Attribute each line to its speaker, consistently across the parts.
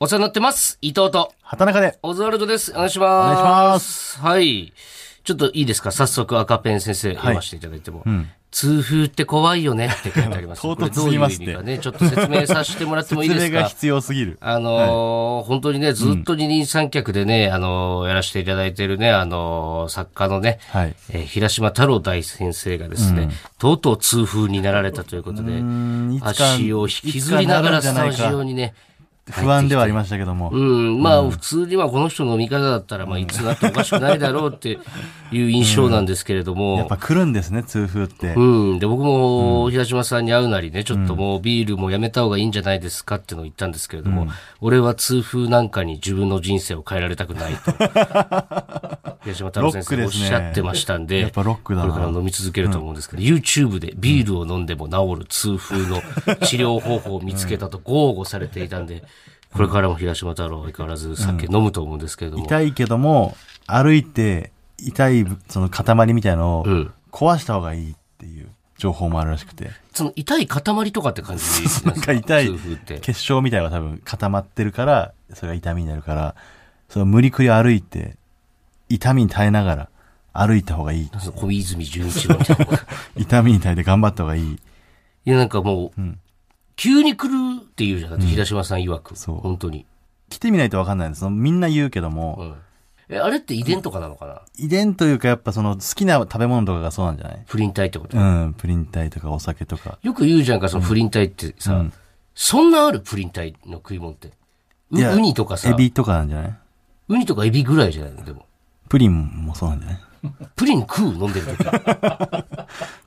Speaker 1: お世話になってます。伊藤と、
Speaker 2: 畑中で。
Speaker 1: オズワルドです。お願いします。。
Speaker 2: お願いします
Speaker 1: はい。ちょっといいですか早速赤ペン先生読ませていただいても。痛風って怖いよねって書いてあります
Speaker 2: 唐突すぎます
Speaker 1: こ
Speaker 2: ね
Speaker 1: れどういう意味かね、ちょっと説明させてもらってもいいで
Speaker 2: 説
Speaker 1: す
Speaker 2: 明が
Speaker 1: か
Speaker 2: 必要すぎる。
Speaker 1: あのー本当にね、ずっと二人三脚でね、あのーやらせていただいてるね、あのー作家のね、
Speaker 2: はい
Speaker 1: えー平島太郎大先生がですね、とうとう痛風になられたということで、
Speaker 2: んいつか
Speaker 1: 足を引きずりながら
Speaker 2: いつ
Speaker 1: ス
Speaker 2: かな
Speaker 1: タ
Speaker 2: るんじゃない
Speaker 1: ジ
Speaker 2: か
Speaker 1: オにね、
Speaker 2: 不安ではありましたけども。
Speaker 1: うん、まあ、普通にはこの人の見方だったら、まあ、いつなってもおかしくないだろうっていう印象なんですけれど
Speaker 2: やっ
Speaker 1: も、
Speaker 2: ぱ来るんですね、痛風って
Speaker 1: う。ん、で、僕も、平島さんに会うなりね、ちょっともうビールもやめた方がいいんじゃないですかってのを言ったんですけれども、俺は痛風なんかに自分の人生を変えられたくない と、平島太郎先生がおっしゃってましたんで、
Speaker 2: やっぱロックだ
Speaker 1: これから
Speaker 2: な。
Speaker 1: 飲み続けると思うんですけど、YouTube でビールを飲んでも治る痛風の治療方法を見つけたと豪語されていたんで、これからも平島太郎は相変わらず酒飲むと思うんですけれども、
Speaker 2: 痛いけども、歩いて、痛い、その塊みたいのを
Speaker 1: ん、
Speaker 2: 壊した方がいいっていう情報もあるらしくて。
Speaker 1: その痛い塊とかって感じなんです
Speaker 2: なんか痛い
Speaker 1: 痛風って。
Speaker 2: 結晶みたいのが多分固まってるから、それが痛みになるから、その無理くり歩いて、痛みに耐えながら歩いた方がいい。
Speaker 1: その小泉純一郎みたいな。
Speaker 2: 痛みに耐えて頑張った方がいい。
Speaker 1: いや、なんかもう、
Speaker 2: ん
Speaker 1: 急に来るっていうじゃなくて、平島さん曰く。
Speaker 2: そう
Speaker 1: 本当に。
Speaker 2: 来てみないとわかんないんです。そのみんな言うけども、
Speaker 1: うん。え、あれって遺伝とかなのかな、
Speaker 2: 遺伝というかやっぱその好きな食べ物とかがそうなんじゃない
Speaker 1: 不倫体ってこと、
Speaker 2: うん、プリン体とかお酒とか。
Speaker 1: よく言うじゃんか、その不倫体ってさ、そんなある不倫体の食い物って。う
Speaker 2: いや
Speaker 1: ウニとかさ
Speaker 2: エ、ビとかなんじゃない
Speaker 1: ウニとかエビぐらいじゃないのでも。
Speaker 2: プリンもそうなんじゃない
Speaker 1: プリン食う飲んでる時。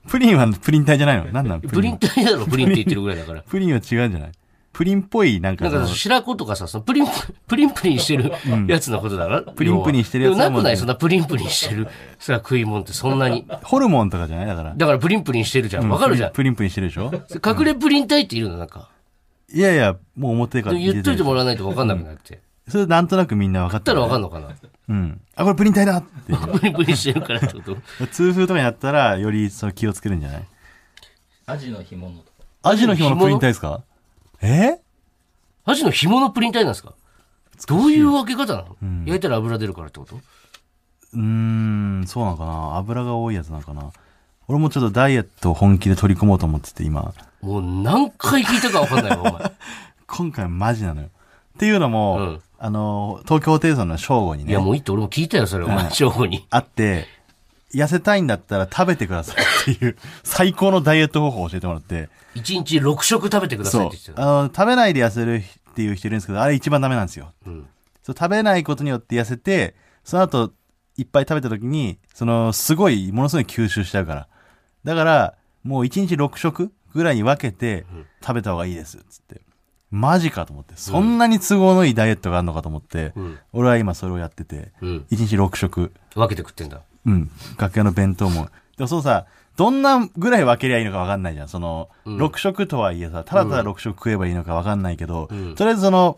Speaker 2: プリンはプリン体じゃないのなんなんプ
Speaker 1: プ
Speaker 2: リ
Speaker 1: リ
Speaker 2: ン
Speaker 1: ン体だろ、プリンって言ってるぐらいだから。
Speaker 2: プリンは違うんじゃないプリンっぽい なんか
Speaker 1: だ
Speaker 2: そ
Speaker 1: か
Speaker 2: の
Speaker 1: ら、白子とかさ、そのプリン、 プリンプリンしてるやつのことだろ、プ
Speaker 2: リンプリンしてるやつだ
Speaker 1: な
Speaker 2: も
Speaker 1: く
Speaker 2: んね
Speaker 1: ないそんなプリンプリンしてるさ、食い物ってそんなに。
Speaker 2: ホルモンとかじゃないだから。
Speaker 1: だからプリンプリンしてるじゃん。わかるじゃん。
Speaker 2: プリンプリンしてるでしょ
Speaker 1: 隠れプリン体っているのなんか。
Speaker 2: いやいや、もう表から
Speaker 1: 言っといて
Speaker 2: る。
Speaker 1: もらわないとわかんなくなって。
Speaker 2: それなんとなくみんな分かっ
Speaker 1: だ
Speaker 2: た
Speaker 1: ったら
Speaker 2: よ
Speaker 1: わ
Speaker 2: ね。
Speaker 1: かんのかな
Speaker 2: うん。あ、これプリン体だっていう。
Speaker 1: プリンプリンしてるからってこと。
Speaker 2: 痛風とかになったら、よりその気をつけるんじゃない
Speaker 3: アジの干物とか。
Speaker 2: アジの紐のプリン体ですかえ
Speaker 1: アジの紐のプリン体なんですかどういう分け方なの、焼いたら油出るからってこと
Speaker 2: うーん、そうなのかな油が多いやつなのかな俺もちょっとダイエットを本気で取り組もうと思ってて今、
Speaker 1: もう何回聞いたか分かんない わ、お前。
Speaker 2: 今回マジなのよ。っていうのも、
Speaker 1: うん
Speaker 2: あの、東京ホテイソンの正午に
Speaker 1: いや、
Speaker 2: ね、
Speaker 1: もういいって俺も聞いたよ、それ、お前、正午に。
Speaker 2: あって、痩せたいんだったら食べてくださいっていう、最高のダイエット方法を教えてもらって、
Speaker 1: 一日6食食べてください
Speaker 2: そ
Speaker 1: っ
Speaker 2: う
Speaker 1: て言って。たよ。
Speaker 2: あの、食べないで痩せるっていう人いるんですけど、あれ一番ダメなんですよ。
Speaker 1: うん
Speaker 2: そう食べないことによって痩せて、その後、いっぱい食べた時に、その、すごい、ものすごい吸収しちゃうから。だから、もう1日6食ぐらいに分けて食べた方がいいです、つって。マジかと思って。そんなに都合のいいダイエットがあるのかと思って、
Speaker 1: うん。
Speaker 2: 俺は今それをやってて、
Speaker 1: うん。
Speaker 2: 1日6食。
Speaker 1: 分けて食ってんだ。
Speaker 2: うん。楽屋の弁当も。でもそうさ、どんなぐらい分けりゃいいのか分かんないじゃん。その、
Speaker 1: うん
Speaker 2: 6食とはいえさ、ただただ6食食えばいいのか分かんないけど、
Speaker 1: うん
Speaker 2: とりあえずその、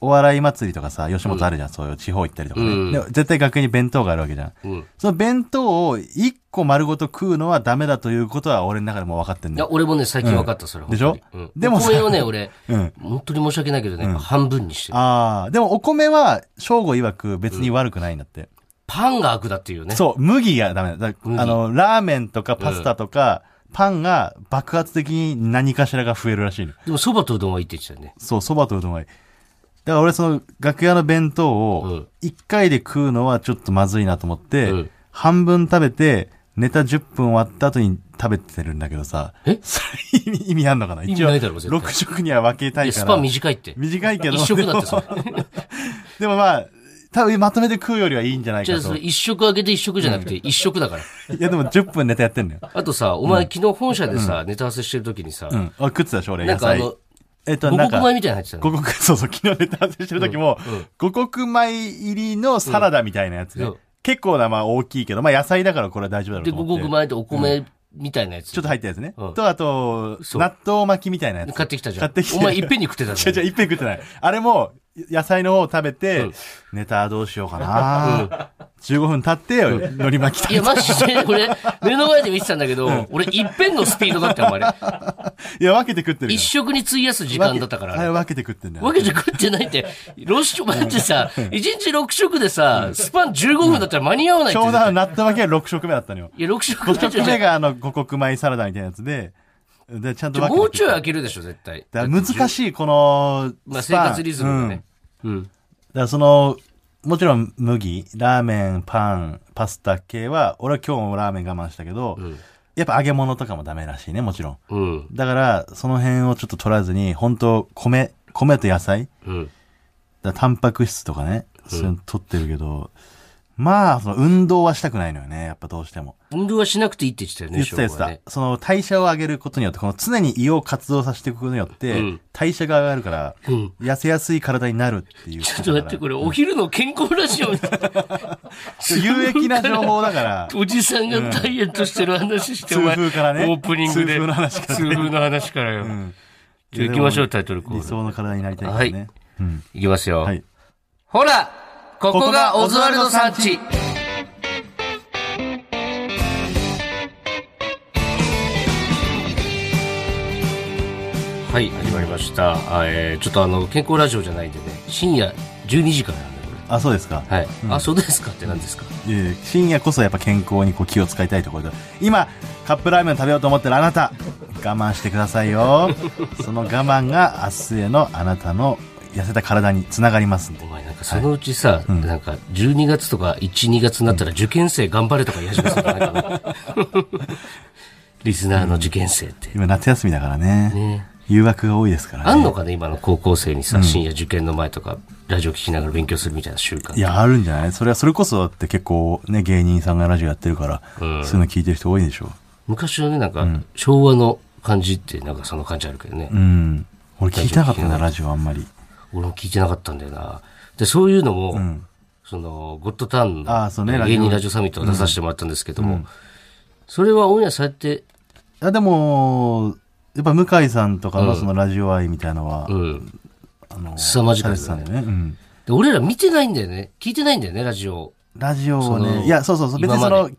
Speaker 2: お笑い祭りとかさ、吉本あるじゃん。そういう地方行ったりとかね。
Speaker 1: うん
Speaker 2: で絶対楽屋に弁当があるわけじゃん。
Speaker 1: うん。
Speaker 2: その弁当を1個丸ごと食うのはダメだということは俺の中でもう分かってん
Speaker 1: い
Speaker 2: だ
Speaker 1: や、
Speaker 2: よ。
Speaker 1: 俺もね、最近分かった、それ。
Speaker 2: でしょ
Speaker 1: 本当にうん。
Speaker 2: でもさ
Speaker 1: これをね、俺、
Speaker 2: うん。
Speaker 1: 本当に申し訳ないけどね、やっぱ半分にしてる。
Speaker 2: ああ、でもお米は、正午曰く別に悪くないんだって。
Speaker 1: パンが悪だっていうね。
Speaker 2: そう、麦がダメだ。だ
Speaker 1: 麦
Speaker 2: あの、ラーメンとかパスタとか、パンが爆発的に何かしらが増えるらしいの。
Speaker 1: でも、蕎麦とうどんはいいって言ってたよね。
Speaker 2: そう、蕎麦とうどんはいい。だから俺その楽屋の弁当
Speaker 1: う
Speaker 2: を
Speaker 1: ん、
Speaker 2: 一回で食うのはちょっとまずいなと思って、
Speaker 1: うん
Speaker 2: 半分食べて、ネタ10分終わった後に食べてるんだけどさ。
Speaker 1: え
Speaker 2: それ意味意味あんのかな
Speaker 1: 意味ないだろ絶対
Speaker 2: 6食には分けた
Speaker 1: い
Speaker 2: い
Speaker 1: や、
Speaker 2: か
Speaker 1: ス
Speaker 2: ら。
Speaker 1: パン短いって。
Speaker 2: 短いけど、
Speaker 1: 一食
Speaker 2: で
Speaker 1: だっ
Speaker 2: も
Speaker 1: て、それ。
Speaker 2: でもまあ、多分まとめて食うよりはいいんじゃない
Speaker 1: じゃ
Speaker 2: か
Speaker 1: あ、そ
Speaker 2: と。
Speaker 1: れ
Speaker 2: い
Speaker 1: 一食あげて一食じゃなくて、一食だから。
Speaker 2: やでも10分ネタやってんのよ。
Speaker 1: あとさ、お前昨日本社でさ、ネタ合わせしてる時にさ
Speaker 2: う、ん。あ、食ってたでしょ、俺、
Speaker 1: な
Speaker 2: 野
Speaker 1: んかあ
Speaker 2: 菜。
Speaker 1: の、
Speaker 2: えっと、な
Speaker 1: 五
Speaker 2: んか
Speaker 1: 穀、米みたいなの入ってたの。
Speaker 2: 五穀、 そうそう、昨日ネタ合わせしてる時も、五穀米入りのサラダみたいなやつで、
Speaker 1: うん
Speaker 2: 結構な、まあ大きいけど、まあ野菜だからこれは大丈夫だろう
Speaker 1: で、
Speaker 2: と思
Speaker 1: 五
Speaker 2: って。
Speaker 1: 穀米とお米みたいなやつ。
Speaker 2: ちょっと入ったやつね。
Speaker 1: うん
Speaker 2: と、あと、
Speaker 1: そう
Speaker 2: 納豆巻きみたいなやつ。
Speaker 1: 買ってきたじゃん。
Speaker 2: 買ってきて
Speaker 1: お前いっぺんに食ってた
Speaker 2: 違う違う、いっぺん食ってない。あれも、野菜の方を食べて、
Speaker 1: うん
Speaker 2: ネタどうしようかな、15分経ってよ、海苔巻き食
Speaker 1: い
Speaker 2: べ
Speaker 1: や、マジで、俺、目の前で見てたんだけど、俺、いっぺんのスピードだったよ、お前ね。
Speaker 2: いや、分けて食ってるよ
Speaker 1: 一食に費やす時間だったから、
Speaker 2: あ
Speaker 1: あ
Speaker 2: れ
Speaker 1: れ。
Speaker 2: 分けて食ってんだよ
Speaker 1: わ。けじゃ食ってないって、ロシマってさ、1日6食でさ、スパン15分だったら間に合わないって
Speaker 2: ちょう
Speaker 1: 絶
Speaker 2: ど
Speaker 1: 対。
Speaker 2: なったわけは6食目だったのよ。
Speaker 1: いや、6食
Speaker 2: 5食目
Speaker 1: じ
Speaker 2: があの、五穀米サラダみたいなやつで、で、ちゃんと
Speaker 1: ゃ
Speaker 2: 分け
Speaker 1: もうちょい
Speaker 2: だ
Speaker 1: 開けるでしょ、絶対。
Speaker 2: から難しい、この、
Speaker 1: まあ、
Speaker 2: ス
Speaker 1: 生
Speaker 2: パン
Speaker 1: 活リズムがね。。うん。
Speaker 2: うんだからその、もちろん麦、ラーメン、パン、パスタ系は、俺は今日もラーメン我慢したけど、
Speaker 1: ん
Speaker 2: やっぱ揚げ物とかもダメらしいね、もちろん。
Speaker 1: うん。
Speaker 2: だから、その辺をちょっと取らずに、本当米、米と野菜、
Speaker 1: うん。
Speaker 2: だからタンパク質とかね、そういうの取ってるけど、まあ、その運動はしたくないのよね、やっぱどうしても。
Speaker 1: 運動はしなくていいって言ってたよね、
Speaker 2: 言ってた言っ
Speaker 1: 翔
Speaker 2: て
Speaker 1: 吾は
Speaker 2: た
Speaker 1: ね。
Speaker 2: その代謝を上げることによって、この常に胃を活動させていくことによって、
Speaker 1: うん
Speaker 2: 代謝が上がるから、
Speaker 1: うん。
Speaker 2: 痩せやすい体になるっていう。
Speaker 1: ちょっと待って、これ、お昼の健康ラジオに、
Speaker 2: 有益な情報だ から、
Speaker 1: おじさんがダイエットしてる話して、
Speaker 2: うん
Speaker 1: お前
Speaker 2: 痛風からね
Speaker 1: オープニングで。
Speaker 2: 痛風の話からね
Speaker 1: 痛風の話からよ。じゃあ行きましょう、タイトルコ
Speaker 2: 理
Speaker 1: ール。
Speaker 2: 想の体になりたいからね。
Speaker 1: はい
Speaker 2: うん。
Speaker 1: 行きますよ。
Speaker 2: はい。
Speaker 1: ほらここがオズワルドさんちはい、始まりました。あえー、ちょっとあの、健康ラジオじゃないんでね、深夜12時からなんで、こ
Speaker 2: あ、そうですか。
Speaker 1: れ。はい。あ、そうですかって何ですか
Speaker 2: いやいや深夜こそやっぱ健康にこう気を使いたいところだ今カップラーメン食べようと思ってるあなた我慢してくださ いよその我慢が明日へのあなたの痩せた体につながりますんで
Speaker 1: お前なんかそのうちさ、なんか12月とか1、2月になったら受験生頑張れとか言い始めそうだねなんか ねリスナーの受験生って。
Speaker 2: 今夏休みだからね
Speaker 1: ね
Speaker 2: 誘惑が多いですからね
Speaker 1: あんのかね今の高校生にさ、深夜受験の前とか、ラジオ聞きながら勉強するみたいな習慣。
Speaker 2: いやあるんじゃないそれはそれこそだって結構ね芸人さんがラジオやってるから、
Speaker 1: うん
Speaker 2: そういうの聞いてる人多いでしょ
Speaker 1: 昔はね、なんか、昭和の感じって、なんかその感じあるけどね。
Speaker 2: うん俺聞いてなかった
Speaker 1: ラジオ聞いてなか
Speaker 2: な
Speaker 1: った
Speaker 2: ラジオあんまり
Speaker 1: 俺も聞いてなかったんだよな。で、そういうのも、
Speaker 2: ん
Speaker 1: その、ゴッドタン
Speaker 2: あーそうね
Speaker 1: の
Speaker 2: ラジ
Speaker 1: 芸
Speaker 2: オ
Speaker 1: 人ラジオサミットを出させてもらったんですけども、それはオンエアされて、
Speaker 2: あでもやっぱ向井さんとかのそのラジオ愛みたいのは、
Speaker 1: うん。
Speaker 2: あの
Speaker 1: 凄まじか
Speaker 2: さ
Speaker 1: っ
Speaker 2: れ
Speaker 1: た
Speaker 2: て
Speaker 1: よね
Speaker 2: たんだよね、うん
Speaker 1: で、俺ら見てないんだよね。聞いてないんだよね、ラジオ。
Speaker 2: ラジオを
Speaker 1: その
Speaker 2: ね、いや、そうそうそう、別に
Speaker 1: 今
Speaker 2: そ
Speaker 1: ま
Speaker 2: の
Speaker 1: で、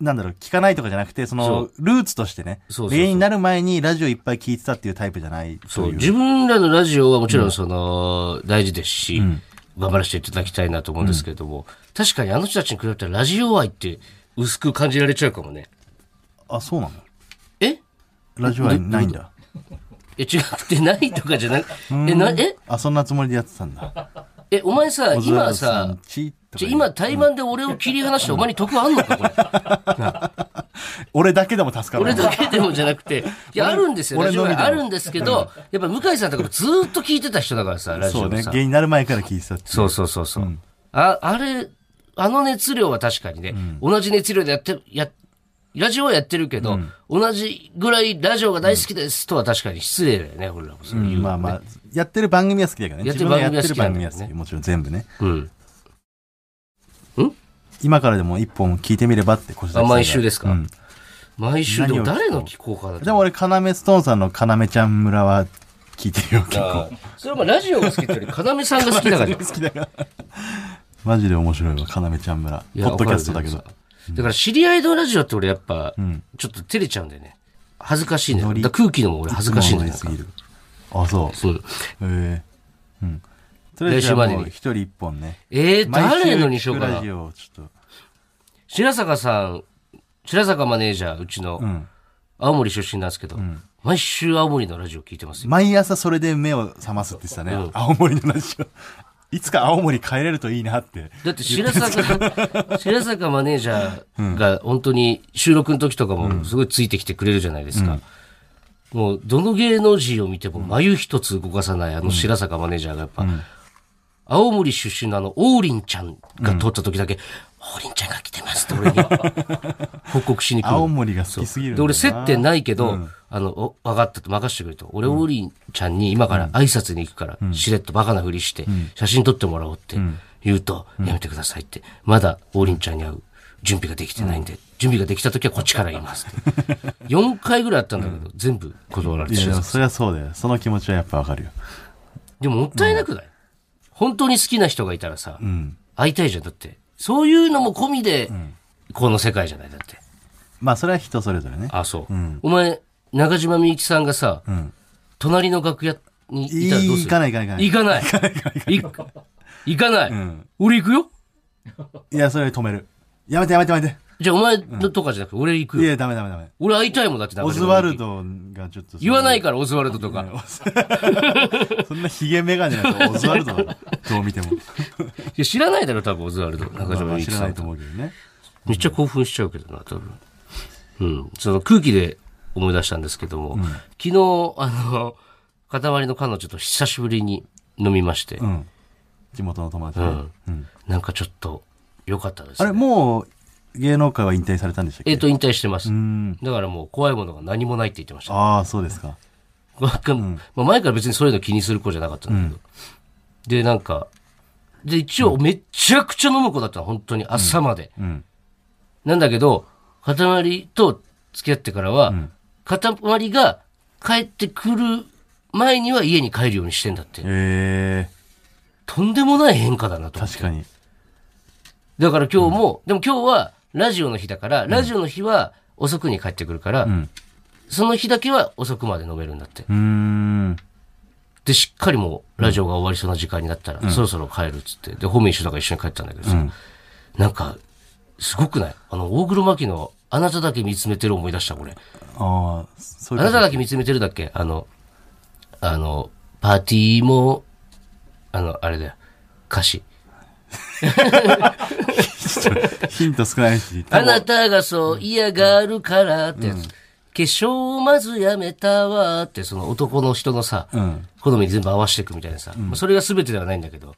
Speaker 2: なんだろう、聞かないとかじゃなくて、そ
Speaker 1: そ
Speaker 2: の、ルーツとしてね、
Speaker 1: そうそうそう
Speaker 2: 芸人になる前にラジオいっぱい聞いてたっていうタイプじゃないとい。
Speaker 1: そう、自分らのラジオはもちろんその、大事ですし、頑張らせていただきたいなと思うんですけれども、確かにあの人たちに比べたらラジオ愛って薄く感じられちゃうかもね。
Speaker 2: あ、そうなの
Speaker 1: え
Speaker 2: ラジオはないんだ。
Speaker 1: え、違くてないとかじゃ なく、え、な、え、
Speaker 2: あ、そんなつもりでやってたんだ。
Speaker 1: え、お前さ、
Speaker 2: 小沢
Speaker 1: 今
Speaker 2: さ
Speaker 1: さ
Speaker 2: ん、ちと
Speaker 1: じゃ
Speaker 2: か言う
Speaker 1: 今、対マンで俺を切り離してお前に得あんのか これ。
Speaker 2: 俺だけでも助かる。
Speaker 1: 俺だけでもじゃなくて。いや、あるんですよ。
Speaker 2: 俺
Speaker 1: ラジオ愛
Speaker 2: 俺のみでも
Speaker 1: あるんですけど、やっぱ向井さんとかもずーっと聞いてた人だからさ、ラジ
Speaker 2: そ
Speaker 1: オ
Speaker 2: う
Speaker 1: も
Speaker 2: ね、
Speaker 1: さ
Speaker 2: 芸。人になる前から聞いてたっていう
Speaker 1: そうそうそうそう。あ、あれ、あの熱量は確かにね、同じ熱量でやって、や、ラジオはやってるけど、同じぐらいラジオが大好きですとは確かに失礼だよね、俺らもそうれ言う、
Speaker 2: んまあまあ、やってる番組は好きだけどね。
Speaker 1: やって
Speaker 2: 自
Speaker 1: る
Speaker 2: 分
Speaker 1: 番組
Speaker 2: がや
Speaker 1: は
Speaker 2: ってる番
Speaker 1: 好きなんだよ
Speaker 2: 組は
Speaker 1: ね
Speaker 2: 好き。もちろん全部ね。
Speaker 1: うん。
Speaker 2: 今からでも一本聞いてみればって、腰
Speaker 1: あ、毎週ですか、
Speaker 2: うん
Speaker 1: 毎週でも
Speaker 2: 何を聞こう
Speaker 1: 誰の聞こうかなと
Speaker 2: でも俺、要ストーンさんの要ちゃん村は聞いてるよ、結構。
Speaker 1: あーそれはまあラジオが好きってより、要さんが好きだから じゃん。
Speaker 2: 好きだから。マジで面白いわ、かなめちゃん村。
Speaker 1: い
Speaker 2: ポ
Speaker 1: や
Speaker 2: ッドキャストだけど
Speaker 1: わか。るけどさだから知り合いのラジオって俺やっぱ、
Speaker 2: ん
Speaker 1: ちょっと照れちゃうんだよね。恥ずかしいね。だ
Speaker 2: ノ
Speaker 1: か
Speaker 2: リ
Speaker 1: ら空気のも俺恥ずかしいんだよ。
Speaker 2: つものやりすぎるあ、そう。
Speaker 1: そう
Speaker 2: へえ。うん。とりあえずじ
Speaker 1: 来週
Speaker 2: ゃあ
Speaker 1: ま
Speaker 2: も
Speaker 1: で
Speaker 2: う
Speaker 1: に
Speaker 2: 一人一本ね。
Speaker 1: えー、誰のにしようかな
Speaker 2: 毎週聞くラジ。オをちょっ
Speaker 1: 白坂さん、白坂マネージャー、うちの、
Speaker 2: と。うん。
Speaker 1: 青森出身なんですけど、毎週青森のラジオ聞いてますよ。
Speaker 2: 毎朝それで目を覚ますって言ってたね。
Speaker 1: うん
Speaker 2: 青森のラジオ。 いつか青森帰れるといいなって。
Speaker 1: だって白 坂、白坂マネージャーが本当に収録の時とかもすごいついてきてくれるじゃないですか。もう、どの芸能人を見ても眉一つ動かさないあの白坂マネージャーがやっぱ、青森出身のあの、王林ちゃんが撮った時だけ、王林ちゃんが来てますって俺に報告しに来るの。
Speaker 2: 青森が好きすぎるんだ
Speaker 1: で、
Speaker 2: よな
Speaker 1: 俺接点ないけど、あの、お分かったと任してくれと。俺、王林ちゃんに今から挨拶に行くから、しれっとバカなふりして、写真撮ってもらおうって言うと、やめてくださいって。まだ王林ちゃんに会う準備ができてないんで、準備ができた時はこっちから言いますって。4回ぐ らいあったんだけど、全部断られ
Speaker 2: い
Speaker 1: て
Speaker 2: や、
Speaker 1: し
Speaker 2: で
Speaker 1: ま
Speaker 2: も
Speaker 1: う
Speaker 2: それはそうだよ。その気持ちはやっぱわかるよ。
Speaker 1: でももったいなくない、本当に好きな人がいたらさ、
Speaker 2: うん。
Speaker 1: 会いたいじゃん。だって、そういうのも込みで、この世界じゃない。だって。
Speaker 2: まあ、それは人それぞれね。
Speaker 1: あ、そう。
Speaker 2: ん
Speaker 1: お前、中島みゆきさんがさ、
Speaker 2: ん
Speaker 1: 隣の楽屋にいたらどうする
Speaker 2: 行かない行かない
Speaker 1: 行
Speaker 2: 行
Speaker 1: かない。行かない。行かない。
Speaker 2: ん
Speaker 1: 俺行くよ。
Speaker 2: いや、それ止める。やめてやめてやめて。
Speaker 1: じゃあお前のとかじゃなくて、俺行く
Speaker 2: い
Speaker 1: よ。
Speaker 2: や、ダメダメダメ。
Speaker 1: 俺会いたいもんだって中島
Speaker 2: オ
Speaker 1: みゆ
Speaker 2: ズ
Speaker 1: き
Speaker 2: ワルドがちょっと。。
Speaker 1: 言わないいから、オズワルドとか。
Speaker 2: そんなヒゲメガネ だとオズワルドだろ。どう見ても。
Speaker 1: いや知らないだろ、多分、オズワルド。中島
Speaker 2: まあ
Speaker 1: みゆ
Speaker 2: 知
Speaker 1: き
Speaker 2: ら
Speaker 1: さ
Speaker 2: なんい
Speaker 1: とか。
Speaker 2: と思うけどね。
Speaker 1: めっちゃ興奮しちゃうけどな、多分。うん。その空気で思い出したんですけども、昨日、あの、塊の彼女と久しぶりに飲みまして、
Speaker 2: うん。地元の友達
Speaker 1: う
Speaker 2: ね。
Speaker 1: ん
Speaker 2: うん。
Speaker 1: なんかちょっと良かったです、
Speaker 2: あれ、
Speaker 1: ね。
Speaker 2: もう芸能界は引退されたんでしたっけ
Speaker 1: えっ、と、引退してます
Speaker 2: う。ん。
Speaker 1: だからもう怖いものが何もないって言ってました。
Speaker 2: ああ、そうですか。
Speaker 1: まあ、前から別にそういうの気にする子じゃなかったんだけど。で、なんか、で、一応めちゃくちゃ飲む子だったの、本当に朝まで。
Speaker 2: うん。
Speaker 1: なんだけど、塊と付き合ってからは、塊が帰ってくる前には家に帰るようにしてんだって。
Speaker 2: え
Speaker 1: とんでもない変化だな
Speaker 2: え、
Speaker 1: と思って。
Speaker 2: 確かに。
Speaker 1: だから今日も、でも今日はラジオの日だから、ラジオの日は遅くに帰ってくるから、
Speaker 2: ん
Speaker 1: その日だけは遅くまで飲めるんだって。
Speaker 2: うーん。
Speaker 1: で、しっかりもう、ラジオが終わりそうな時間になったら、そろそろ帰るっつって、で、ホーム一緒だから一緒に帰ったんだけどさ、なんか、すごくないあの、大黒摩季の、あなただけ見つめてる思い出した、これ。
Speaker 2: ああ、そうい
Speaker 1: あな
Speaker 2: う
Speaker 1: た
Speaker 2: こと。
Speaker 1: だけ見つめてるだっけあの、あの、パーティーも、あの、あれだよ、歌詞。
Speaker 2: ヒント少ないし。
Speaker 1: あなたがそう嫌がるからってやつ。化粧をまずやめたわって、その男の人のさ、
Speaker 2: うん。
Speaker 1: 好みに全部合わせていくみたいなさ、まあそれが全てではないんだけど、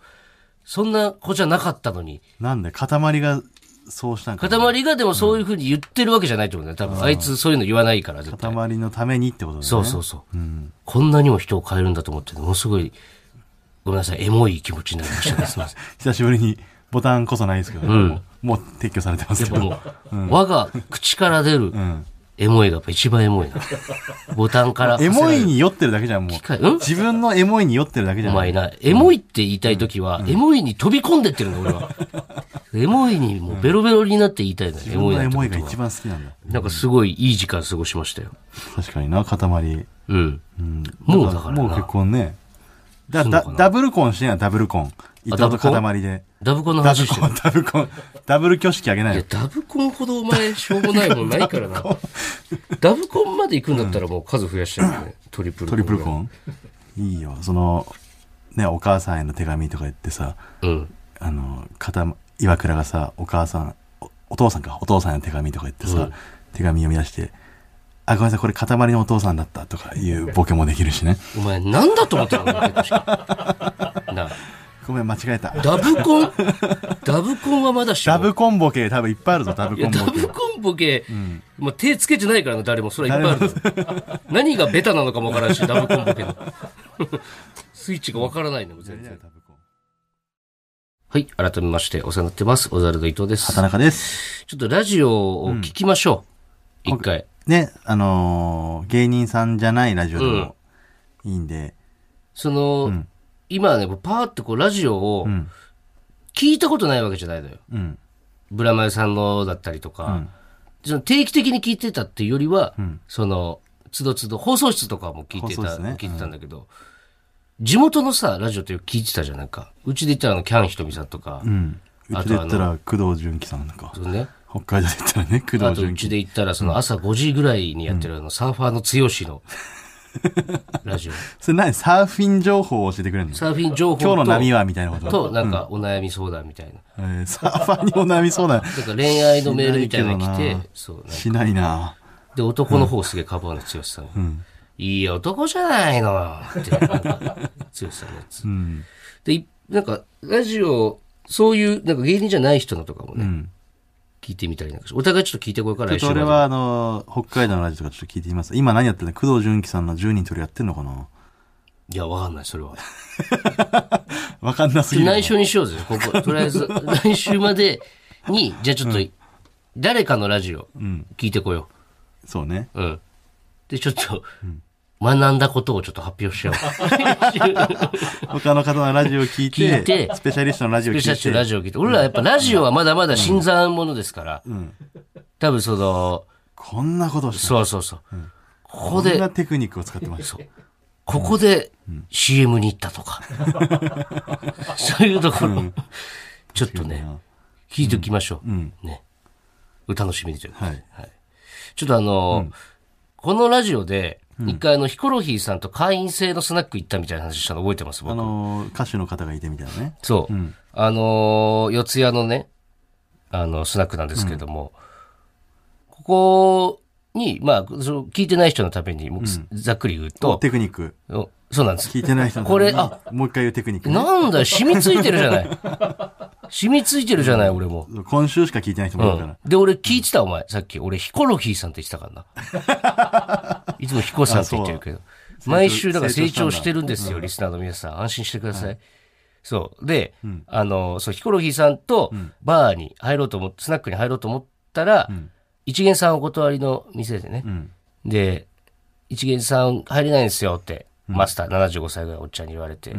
Speaker 1: そんな子じゃなかったのに、
Speaker 2: なんで、塊がそうしたんかな。
Speaker 1: 塊がでもそういうふうに言ってるわけじゃないと思うんだよ。多分、あいつそういうの言わないから、絶対。
Speaker 2: 塊のためにってことだね。
Speaker 1: そうそうそう。こんなにも人を変えるんだと思って、ものすごい、ごめんなさい、エモい気持ちになりましたね。すいません。
Speaker 2: 久しぶりにボタンこそないですけど、
Speaker 1: ん
Speaker 2: もう撤去されてます
Speaker 1: やっ
Speaker 2: け
Speaker 1: ぱ
Speaker 2: ど。
Speaker 1: もう、我が口から出る
Speaker 2: うん、
Speaker 1: エモいがやっぱ一番エモいな。ボタンから。
Speaker 2: エモいに酔ってるだけじゃん、もう。
Speaker 1: か。うん
Speaker 2: 自分のエモいに酔ってるだけじ
Speaker 1: お
Speaker 2: ゃん。
Speaker 1: 前な、エモいって言いたいときは、エモいに飛び込んでってるの、俺は。エモいにもうベロベロになって言いたいのよ、エ
Speaker 2: 自
Speaker 1: モ
Speaker 2: 分
Speaker 1: い
Speaker 2: の
Speaker 1: な
Speaker 2: エ
Speaker 1: んて
Speaker 2: モい
Speaker 1: こ
Speaker 2: が
Speaker 1: とは
Speaker 2: 一番好きなんだ。
Speaker 1: なんかすごいいい時間過ごしましたよ。
Speaker 2: 確かにな、塊。
Speaker 1: うん。
Speaker 2: うん。
Speaker 1: もうだからな
Speaker 2: もう結婚ね。だ、
Speaker 1: すんの
Speaker 2: だ
Speaker 1: かな
Speaker 2: ダブル婚してんやん、ダブル婚。伊藤と塊で。
Speaker 1: ダブコンの
Speaker 2: ダブ
Speaker 1: 話
Speaker 2: ル
Speaker 1: してる
Speaker 2: 婚、ダブル婚。ダブル挙式あげないい
Speaker 1: や、
Speaker 2: よ。
Speaker 1: ダブコンほどお前、しょうもないもんないからな。ダブコンまで行くんだったらもう数増やしちゃうよね。トリプル
Speaker 2: トリプル婚いいよ。その、ね、お母さんへの手紙とか言ってさ、
Speaker 1: うん。
Speaker 2: あの、片ま、岩倉がさ、お母さん、おお父さんか、お父さんへの手紙とか言ってさ、
Speaker 1: うん
Speaker 2: 手紙読み出して、あ、ごめんなさい、これ塊のお父さんだったとかいうボケもできるしね。
Speaker 1: お前、なんだと思ったの結婚式なあ
Speaker 2: ごめん、間違えた。
Speaker 1: ダブコンダブコンはまだしも
Speaker 2: ダブコンボケ多分いっぱいあるぞ、ダブ
Speaker 1: い
Speaker 2: コ
Speaker 1: や
Speaker 2: ン
Speaker 1: ダブ
Speaker 2: ボケ。
Speaker 1: コンボケ、まあ、手つけてないからな、誰も。それはいっぱいあるぞ 何がベタなのかもわからんし、ダブコンボケの。 スイッチがわからないのも全然。はい、改めまして、お世話になってます。オザルド伊藤です。
Speaker 2: 畑
Speaker 1: ち
Speaker 2: 中です。
Speaker 1: ょっとラジオを聞きましょう。
Speaker 2: うん
Speaker 1: 一回。
Speaker 2: ね、あのー芸人さんじゃないラジオで
Speaker 1: うん
Speaker 2: もいいんで、
Speaker 1: その、
Speaker 2: うん
Speaker 1: 今ね、パーってこうラジオを
Speaker 2: うん、
Speaker 1: 聞いたことないわけじゃないのよ。
Speaker 2: うん、
Speaker 1: ブラマヨさんのだったりと
Speaker 2: う
Speaker 1: か、
Speaker 2: ん、
Speaker 1: その定期的に聞いてたっていうよりは、
Speaker 2: うん
Speaker 1: その、つどつど放送室とかも聞いて
Speaker 2: 放送
Speaker 1: た、
Speaker 2: 室ね
Speaker 1: 聞いてたんだけど、地元のさ、ラジオってよく聞いてたじゃん、なんか。うちで言ったらあの、キャンひとみさんとか
Speaker 2: う、ん。う
Speaker 1: あ
Speaker 2: ち
Speaker 1: と
Speaker 2: で言ったら工藤純喜さんなんか
Speaker 1: そ、うね。
Speaker 2: 北海道で言ったらね、工
Speaker 1: あ
Speaker 2: 藤
Speaker 1: と、う
Speaker 2: 純
Speaker 1: ち
Speaker 2: 喜。
Speaker 1: で言ったら、その朝5時ぐらいにやってるあの、サーファーの強しの、ラジオ。
Speaker 2: それ何サーフィン情報を教えてくれるの
Speaker 1: サーフィン情報と、
Speaker 2: 今日の波はみたいなこと
Speaker 1: と、なんか、お悩み相談みたいな。
Speaker 2: えーサーファーにお悩みそ う
Speaker 1: だ
Speaker 2: だ
Speaker 1: から恋愛のメールみたいなの来
Speaker 2: しない
Speaker 1: て
Speaker 2: けどな、
Speaker 1: そう、なんか
Speaker 2: しないな
Speaker 1: で、男の方すげえカバーの強さんが、いい男じゃないの って、なんか強さんのやつ。
Speaker 2: うん
Speaker 1: で、いなんか、ラジオ、そういう、なんか芸人じゃない人のとかもね、
Speaker 2: ん
Speaker 1: 聞いてみたりなんかしてお互いちょっと聞いてこようから、
Speaker 2: ちょっ
Speaker 1: 来週
Speaker 2: と
Speaker 1: まで
Speaker 2: 俺はあの北海道のラジオとかちょっと聞いてみます今何やってるの工藤純喜さんの10人取りやってんのかない
Speaker 1: や、わかんない、それは。
Speaker 2: わかんなすぎる
Speaker 1: 内緒にしよ うぜ、ここ。とりあえず、来週までに、じゃあちょっと、誰かのラジオ、聞いてこよ
Speaker 2: そうね
Speaker 1: う。うん。で、ちょっと、学んだことをちょっと発表しよう。
Speaker 2: 他の方のラジオを聞いて、
Speaker 1: 聞いて
Speaker 2: スペシャリストのラジオを聞い
Speaker 1: シャ
Speaker 2: て、
Speaker 1: ラジオ聞いて。俺らやっぱラジオはまだまだ新参者ですから。多分その、
Speaker 2: こんなことをして、
Speaker 1: そうそうそう。ここ
Speaker 2: こん
Speaker 1: で
Speaker 2: な、テクニックを使ってました。
Speaker 1: ここで CM に行ったと か。そういうところ、ちょっとね、聞いておきましょう。ね。お楽しみにということで
Speaker 2: はい
Speaker 1: はいちょっとあの、このラジオで、一回あの、ヒコロヒーさんと会員制のスナック行ったみたいな話したの覚えてます
Speaker 2: あ
Speaker 1: 僕。
Speaker 2: のー、歌手の方がいてみたいなね。
Speaker 1: そう。あのー四谷のね、あの、スナックなんですけども、ここに、まあ、そう聞いてない人のために、もうざっくり言うと、
Speaker 2: テクニック。
Speaker 1: おそうなんです。
Speaker 2: 聞いてない人の
Speaker 1: これ
Speaker 2: ためにもう一回言うテクニックね。
Speaker 1: なんだよ、染みついてるじゃ ない。染みついてるじゃない、俺も。
Speaker 2: 今週しか聞いてない人もいるから。
Speaker 1: で、俺聞いてた、お前、さっき。俺、ヒコロヒーさんって言ってたから な。いつもヒコさんって言ってるけど。毎週、だから成長してるんですよ、リスナーの皆さん。安心してください。そう。で、あの、そう、ヒコロヒーさんと、バーに入ろうと思って、スナックに入ろうと思ったら、一元さんお断りの店でね。
Speaker 2: ん
Speaker 1: で、一元さん入れないんですよって、マスター75歳ぐらいのおっちゃんに言われて、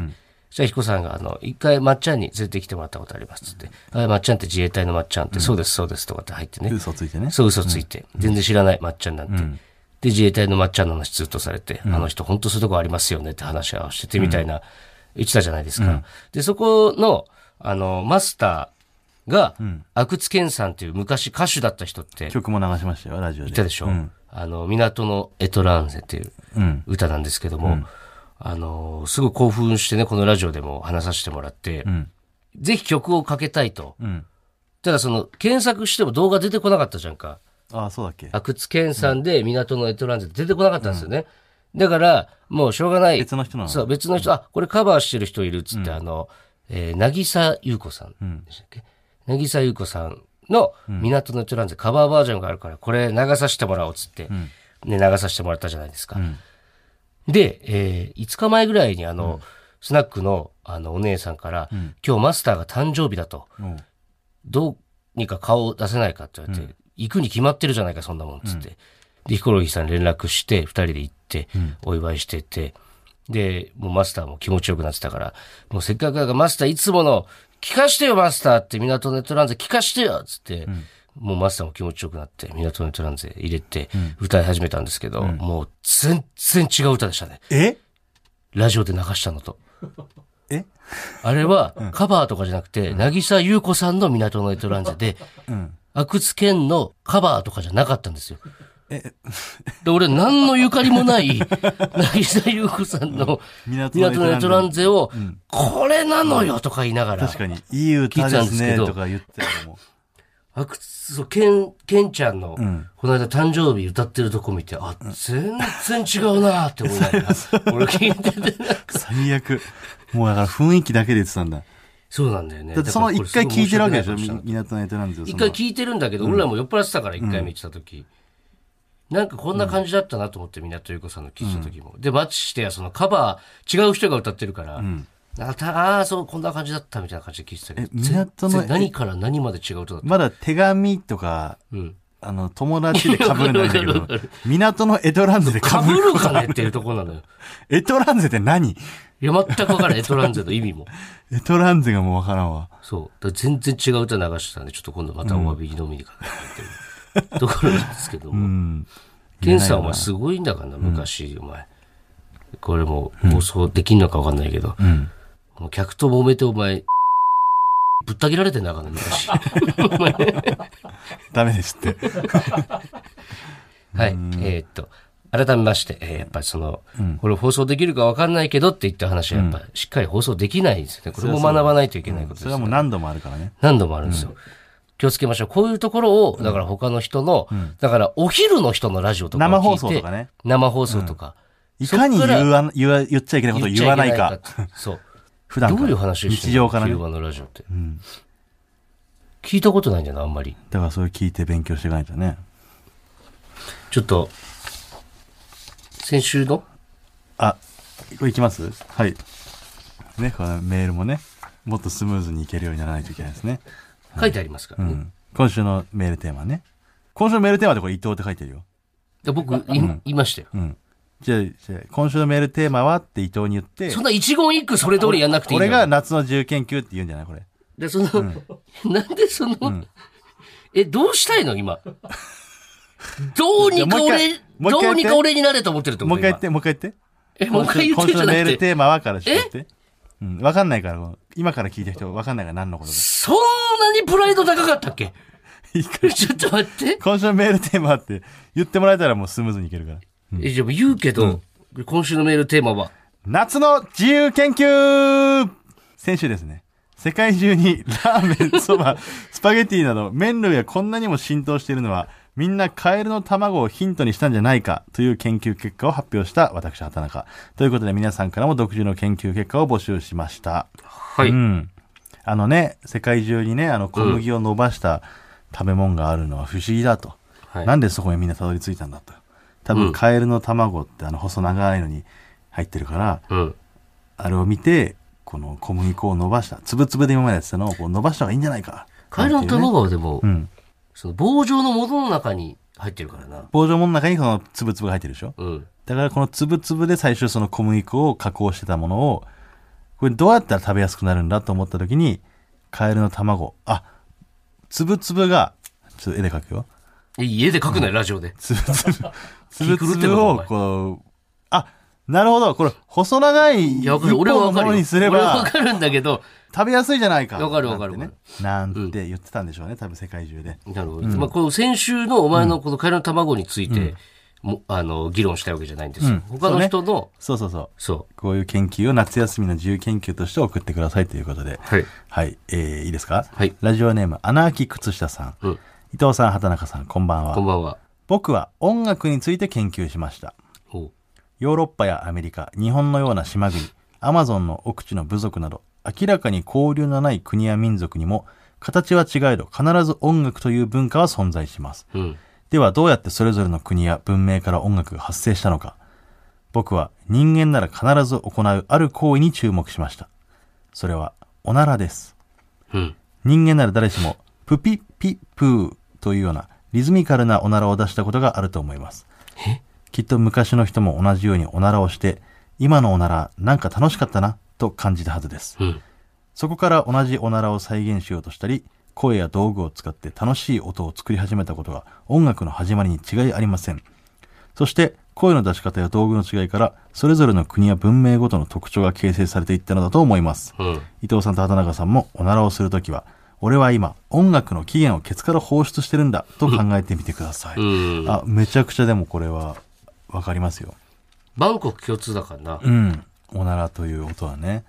Speaker 1: そしたら彦さんが、あの、一回まっちゃんに連れてきてもらったことありますっつって、あ、まっちゃんって自衛隊のまっちゃんって、そうです、そうですとかって入ってね。
Speaker 2: 嘘ついてね。
Speaker 1: そう嘘ついて、全然知らないまっちゃんなんて。で、自衛隊のまっちゃんの話ずっとされて、あの人本当そういうとこありますよねって話をしててみたいな、言ってたじゃないですか。で、そこの、あの、マスターが、阿久津健さんっていう昔歌手だった人って、
Speaker 2: 曲も流しましたよ、ラジオで。
Speaker 1: 言ったでしょ、あの、港のエトランゼっていう歌なんですけども、あの、すごい興奮してね、このラジオでも話させてもらって、
Speaker 2: ん
Speaker 1: ぜひ曲をかけたいと。
Speaker 2: ん
Speaker 1: ただその、検索しても動画出てこなかったじゃんか。
Speaker 2: ああ、そうだっけ。
Speaker 1: 阿久津健さんで港のエトランゼって出てこなかったんですよね。だから、もうしょうがない。
Speaker 2: 別の人なの
Speaker 1: そう、別の人、あ、これカバーしてる人いるっつって、あの、えー、なぎさゆうこさんでしたっけ、なぎさゆうこさんの港のエトランゼカバーバージョンがあるから、これ流させてもらおうっつって、ね、流させてもらったじゃないですか。で、えー、5日前ぐらいにあの、スナックのあのお姉さんから、今日マスターが誕生日だと、
Speaker 2: うん
Speaker 1: どうにか顔を出せないかって言われて、行くに決まってるじゃないか、そんなもん、つって。で、ヒコロヒーさんに連絡して、二人で行って、お祝いしてて、で、もうマスターも気持ちよくなってたから、もうせっかくだからマスターいつもの、聞かしてよ、マスターって、港ネットランゼ聞かしてよつって、もうマスターも気持ちよくなって、港ネットランゼ入れて、歌い始めたんですけど、もう全然違う歌でしたね。
Speaker 2: え
Speaker 1: ラジオで流したのと。
Speaker 2: え
Speaker 1: あれは、カバーとかじゃなくて、渚優子さんの港のエトランジェで、阿久津健のカバーとかじゃなかったんですよ。で、俺、何のゆかりもない、渚優子さんの
Speaker 2: 港のエ
Speaker 1: 港
Speaker 2: トランゼ
Speaker 1: のエトランジェを、これなのよとか言いながら、
Speaker 2: 確かに、いい
Speaker 1: 聞
Speaker 2: 歌で
Speaker 1: いてたんですすけ
Speaker 2: ね、
Speaker 1: ど
Speaker 2: とか言ってたのも。
Speaker 1: 阿久津、そう健、健ちゃんの、この間誕生日歌ってるとこ見て、あ、全然違うなーって思いな がら、俺聞いてて、
Speaker 2: 最悪。もうだから雰囲気だけで言って たんだ。
Speaker 1: そうなんだよね。
Speaker 2: だってその一回聞いてるわけでし
Speaker 1: だから
Speaker 2: ょ
Speaker 1: これすごい面白くないことしたんだ
Speaker 2: 港のエトランゼを。
Speaker 1: 一回聞いてるんだけど、俺らも酔っ払ってたから、一回目行った時、なんかこんな感じだったなと思って、港由子さんの聞いた時も。で、マッチして、そのカバー、違う人が歌ってるから、あたあー、そう、こんな感じだったみたいな感じで聞いてたけど
Speaker 2: え、港の
Speaker 1: 全然何から何まで違う歌だった。
Speaker 2: まだ手紙とか、あの、友達で被るんだけ
Speaker 1: わか
Speaker 2: ど
Speaker 1: るわかる、
Speaker 2: 港のエトランゼで被
Speaker 1: かぶる
Speaker 2: る。
Speaker 1: かねっていうところなのよ。
Speaker 2: エトランゼって何
Speaker 1: いや、全くわからない、エトランゼの意味も。
Speaker 2: エトランゼがもうわからんわ。
Speaker 1: そう。だから全然違う歌流してたんで、ちょっと今度またお詫びに飲みに行かないと っていうところなんですけども。
Speaker 2: うん。
Speaker 1: ケンさんはすごいんだからな、昔、お前。これもう放送できんのかわかんないけど、
Speaker 2: うん。
Speaker 1: もう客と揉めてお前、ぶった切られてんだからな、 昔。
Speaker 2: ダメですって。
Speaker 1: はい。えーっと、改めまして、えーやっぱりその、これ放送できるかわかんないけどって言った話はやっぱしっかり放送できないんですよね。これも学ばないといけないことで
Speaker 2: それ
Speaker 1: す
Speaker 2: は。もう何度もあるからね。
Speaker 1: 何度もあるんですよ。気をつけましょう。こういうところを、だから他の人の、だからお昼の人のラジオとかを聞いて
Speaker 2: 生放送とかね。
Speaker 1: 生放送とか。
Speaker 2: いかに言わ、言わ、言っちゃいけないことを言わないか。
Speaker 1: そう。
Speaker 2: 普段
Speaker 1: ど
Speaker 2: から
Speaker 1: ういう話をして
Speaker 2: 日
Speaker 1: るの
Speaker 2: 常からね。
Speaker 1: 昼
Speaker 2: だ
Speaker 1: 間のラジオって。聞いたことないんだよな、あんまり。
Speaker 2: からそれ聞いて勉強していかないとね。
Speaker 1: ちょっと、先週の
Speaker 2: あ、これいきますはい。ね、このメールもね、もっとスムーズにいけるようにならないといけないですね。
Speaker 1: 書いてありますから
Speaker 2: う
Speaker 1: ね。
Speaker 2: ん。今週のメールテーマね。今週のメールテーマでこれ伊藤って書いてるよ。
Speaker 1: で僕、い、いましたよ。
Speaker 2: うん。じゃあ、じゃあ今週のメールテーマはって伊藤に言って、
Speaker 1: そんな一言一句それ通りやんなくていい
Speaker 2: こ
Speaker 1: の
Speaker 2: れが夏の自由研究って言うんじゃないこれ。
Speaker 1: で、その、 なんでその、え、どうしたいの今。どうにか
Speaker 2: い
Speaker 1: 俺
Speaker 2: や、も
Speaker 1: ど
Speaker 2: う一回もう一回やって
Speaker 1: うにか俺になれと思ってるってこと
Speaker 2: もう一回言って、もう一回言って。
Speaker 1: 今え、もう一回言ってるじゃ
Speaker 2: 今週の
Speaker 1: な
Speaker 2: メー
Speaker 1: く
Speaker 2: ル
Speaker 1: て。
Speaker 2: テーマはからしてって。うん、わかんないから、この今から聞いた人わかんないから何のことで。
Speaker 1: そんなにプライド高かったっけ
Speaker 2: いいから
Speaker 1: ちょっと待って。
Speaker 2: 今週のメールテーマって言ってもらえたらもうスムーズにいけるから。
Speaker 1: え、じゃあ言うけど、今週のメールテーマは、
Speaker 2: 夏の自由研究先週ですね。世界中に ラーメン、そば、 スパゲティなど麺類がこんなにも浸透しているのは、みんなカエルの卵をヒントにしたんじゃないかという研究結果を発表した私、畑中。ということで皆さんからも独自の研究結果を募集しました。
Speaker 1: はい。
Speaker 2: うん。あのね、世界中にね、あの小麦を伸ばした食べ物があるのは不思議だと。
Speaker 1: はい
Speaker 2: なんでそこにみんなたどり着いたんだと。多分、
Speaker 1: うん
Speaker 2: カエルの卵ってあの細長いのに入ってるから、
Speaker 1: うん。
Speaker 2: あれを見て、この小麦粉を伸ばした。つぶつぶで今までやってたのをこう伸ばした方がいいんじゃないか。
Speaker 1: カエルの
Speaker 2: なんていうね
Speaker 1: 卵はでも、
Speaker 2: うん。
Speaker 1: その棒状のものの中に入ってるからな。
Speaker 2: 棒状物の中にこのつぶつぶが入ってるでしょ
Speaker 1: うん。
Speaker 2: だからこのつぶつぶで最初その小麦粉を加工してたものを、これどうやったら食べやすくなるんだと思った時に、カエルの卵。あ、つぶつぶが、ちょっと絵で描くよ。
Speaker 1: え家で書くなよ、ラジオで。
Speaker 2: つぶつぶ、
Speaker 1: 気
Speaker 2: つぶ
Speaker 1: 狂っ
Speaker 2: つ
Speaker 1: てんの
Speaker 2: ぶ
Speaker 1: かお
Speaker 2: を
Speaker 1: 前
Speaker 2: こう、あ、なるほど。これ細長い
Speaker 1: い
Speaker 2: 一
Speaker 1: や、わか
Speaker 2: 本
Speaker 1: る。俺はわ
Speaker 2: の
Speaker 1: か
Speaker 2: もの
Speaker 1: るよ。
Speaker 2: にすれ
Speaker 1: 俺はわ
Speaker 2: ば
Speaker 1: かるんだけど、
Speaker 2: 食べやすいじゃないか。
Speaker 1: わかるわかる
Speaker 2: なんてねなんて言ってたんでしょうね。多分世界中で。
Speaker 1: なるほど。まあ、この先週のお前のこのカエルの卵について、もあの、議論したいわけじゃないんですよ。
Speaker 2: うん
Speaker 1: 他の人の、
Speaker 2: そうそうそう。
Speaker 1: そう,、
Speaker 2: こういう研究を夏休みの自由研究として送ってくださいということで。
Speaker 1: はい。
Speaker 2: はい、えー、いいですか
Speaker 1: はい
Speaker 2: ラジオネーム、アナーキ靴下さん。
Speaker 1: うん。
Speaker 2: 伊藤さん、畑中さん、こんばん
Speaker 1: こん
Speaker 2: は。
Speaker 1: ばんは。
Speaker 2: 僕は音楽について研究しました。
Speaker 1: おう
Speaker 2: ヨーロッパやアメリカ、日本のような島国、アマゾンの奥地の部族など、明らかに交流のない国や民族にも、形は違えど必ず音楽という文化は存在します。
Speaker 1: うん。
Speaker 2: ではどうやってそれぞれの国や文明から音楽が発生したのか僕は人間なら必ず行うある行為に注目しましたそれはおならです
Speaker 1: うん。
Speaker 2: 人間なら誰しもプピッピップーというようなリズミカルなおならを出したことがあると思いますきっと昔の人も同じようにおならをして今のおならなんか楽しかったなと感じたはずです
Speaker 1: うん。
Speaker 2: そこから同じおならを再現しようとしたり、声や道具を使って楽しい音を作り始めたことが音楽の始まりに違いありません。そして、声の出し方や道具の違いから、それぞれの国や文明ごとの特徴が形成されていったのだと思います。
Speaker 1: うん。
Speaker 2: 伊藤さんと畑中さんもおならをするときは、俺は今、音楽の起源をケツから放出してるんだと考えてみてください。
Speaker 1: うん。
Speaker 2: あ、めちゃくちゃでもこれは、わかりますよ。
Speaker 1: バンコク共通だからな。
Speaker 2: うん。おならという音はね。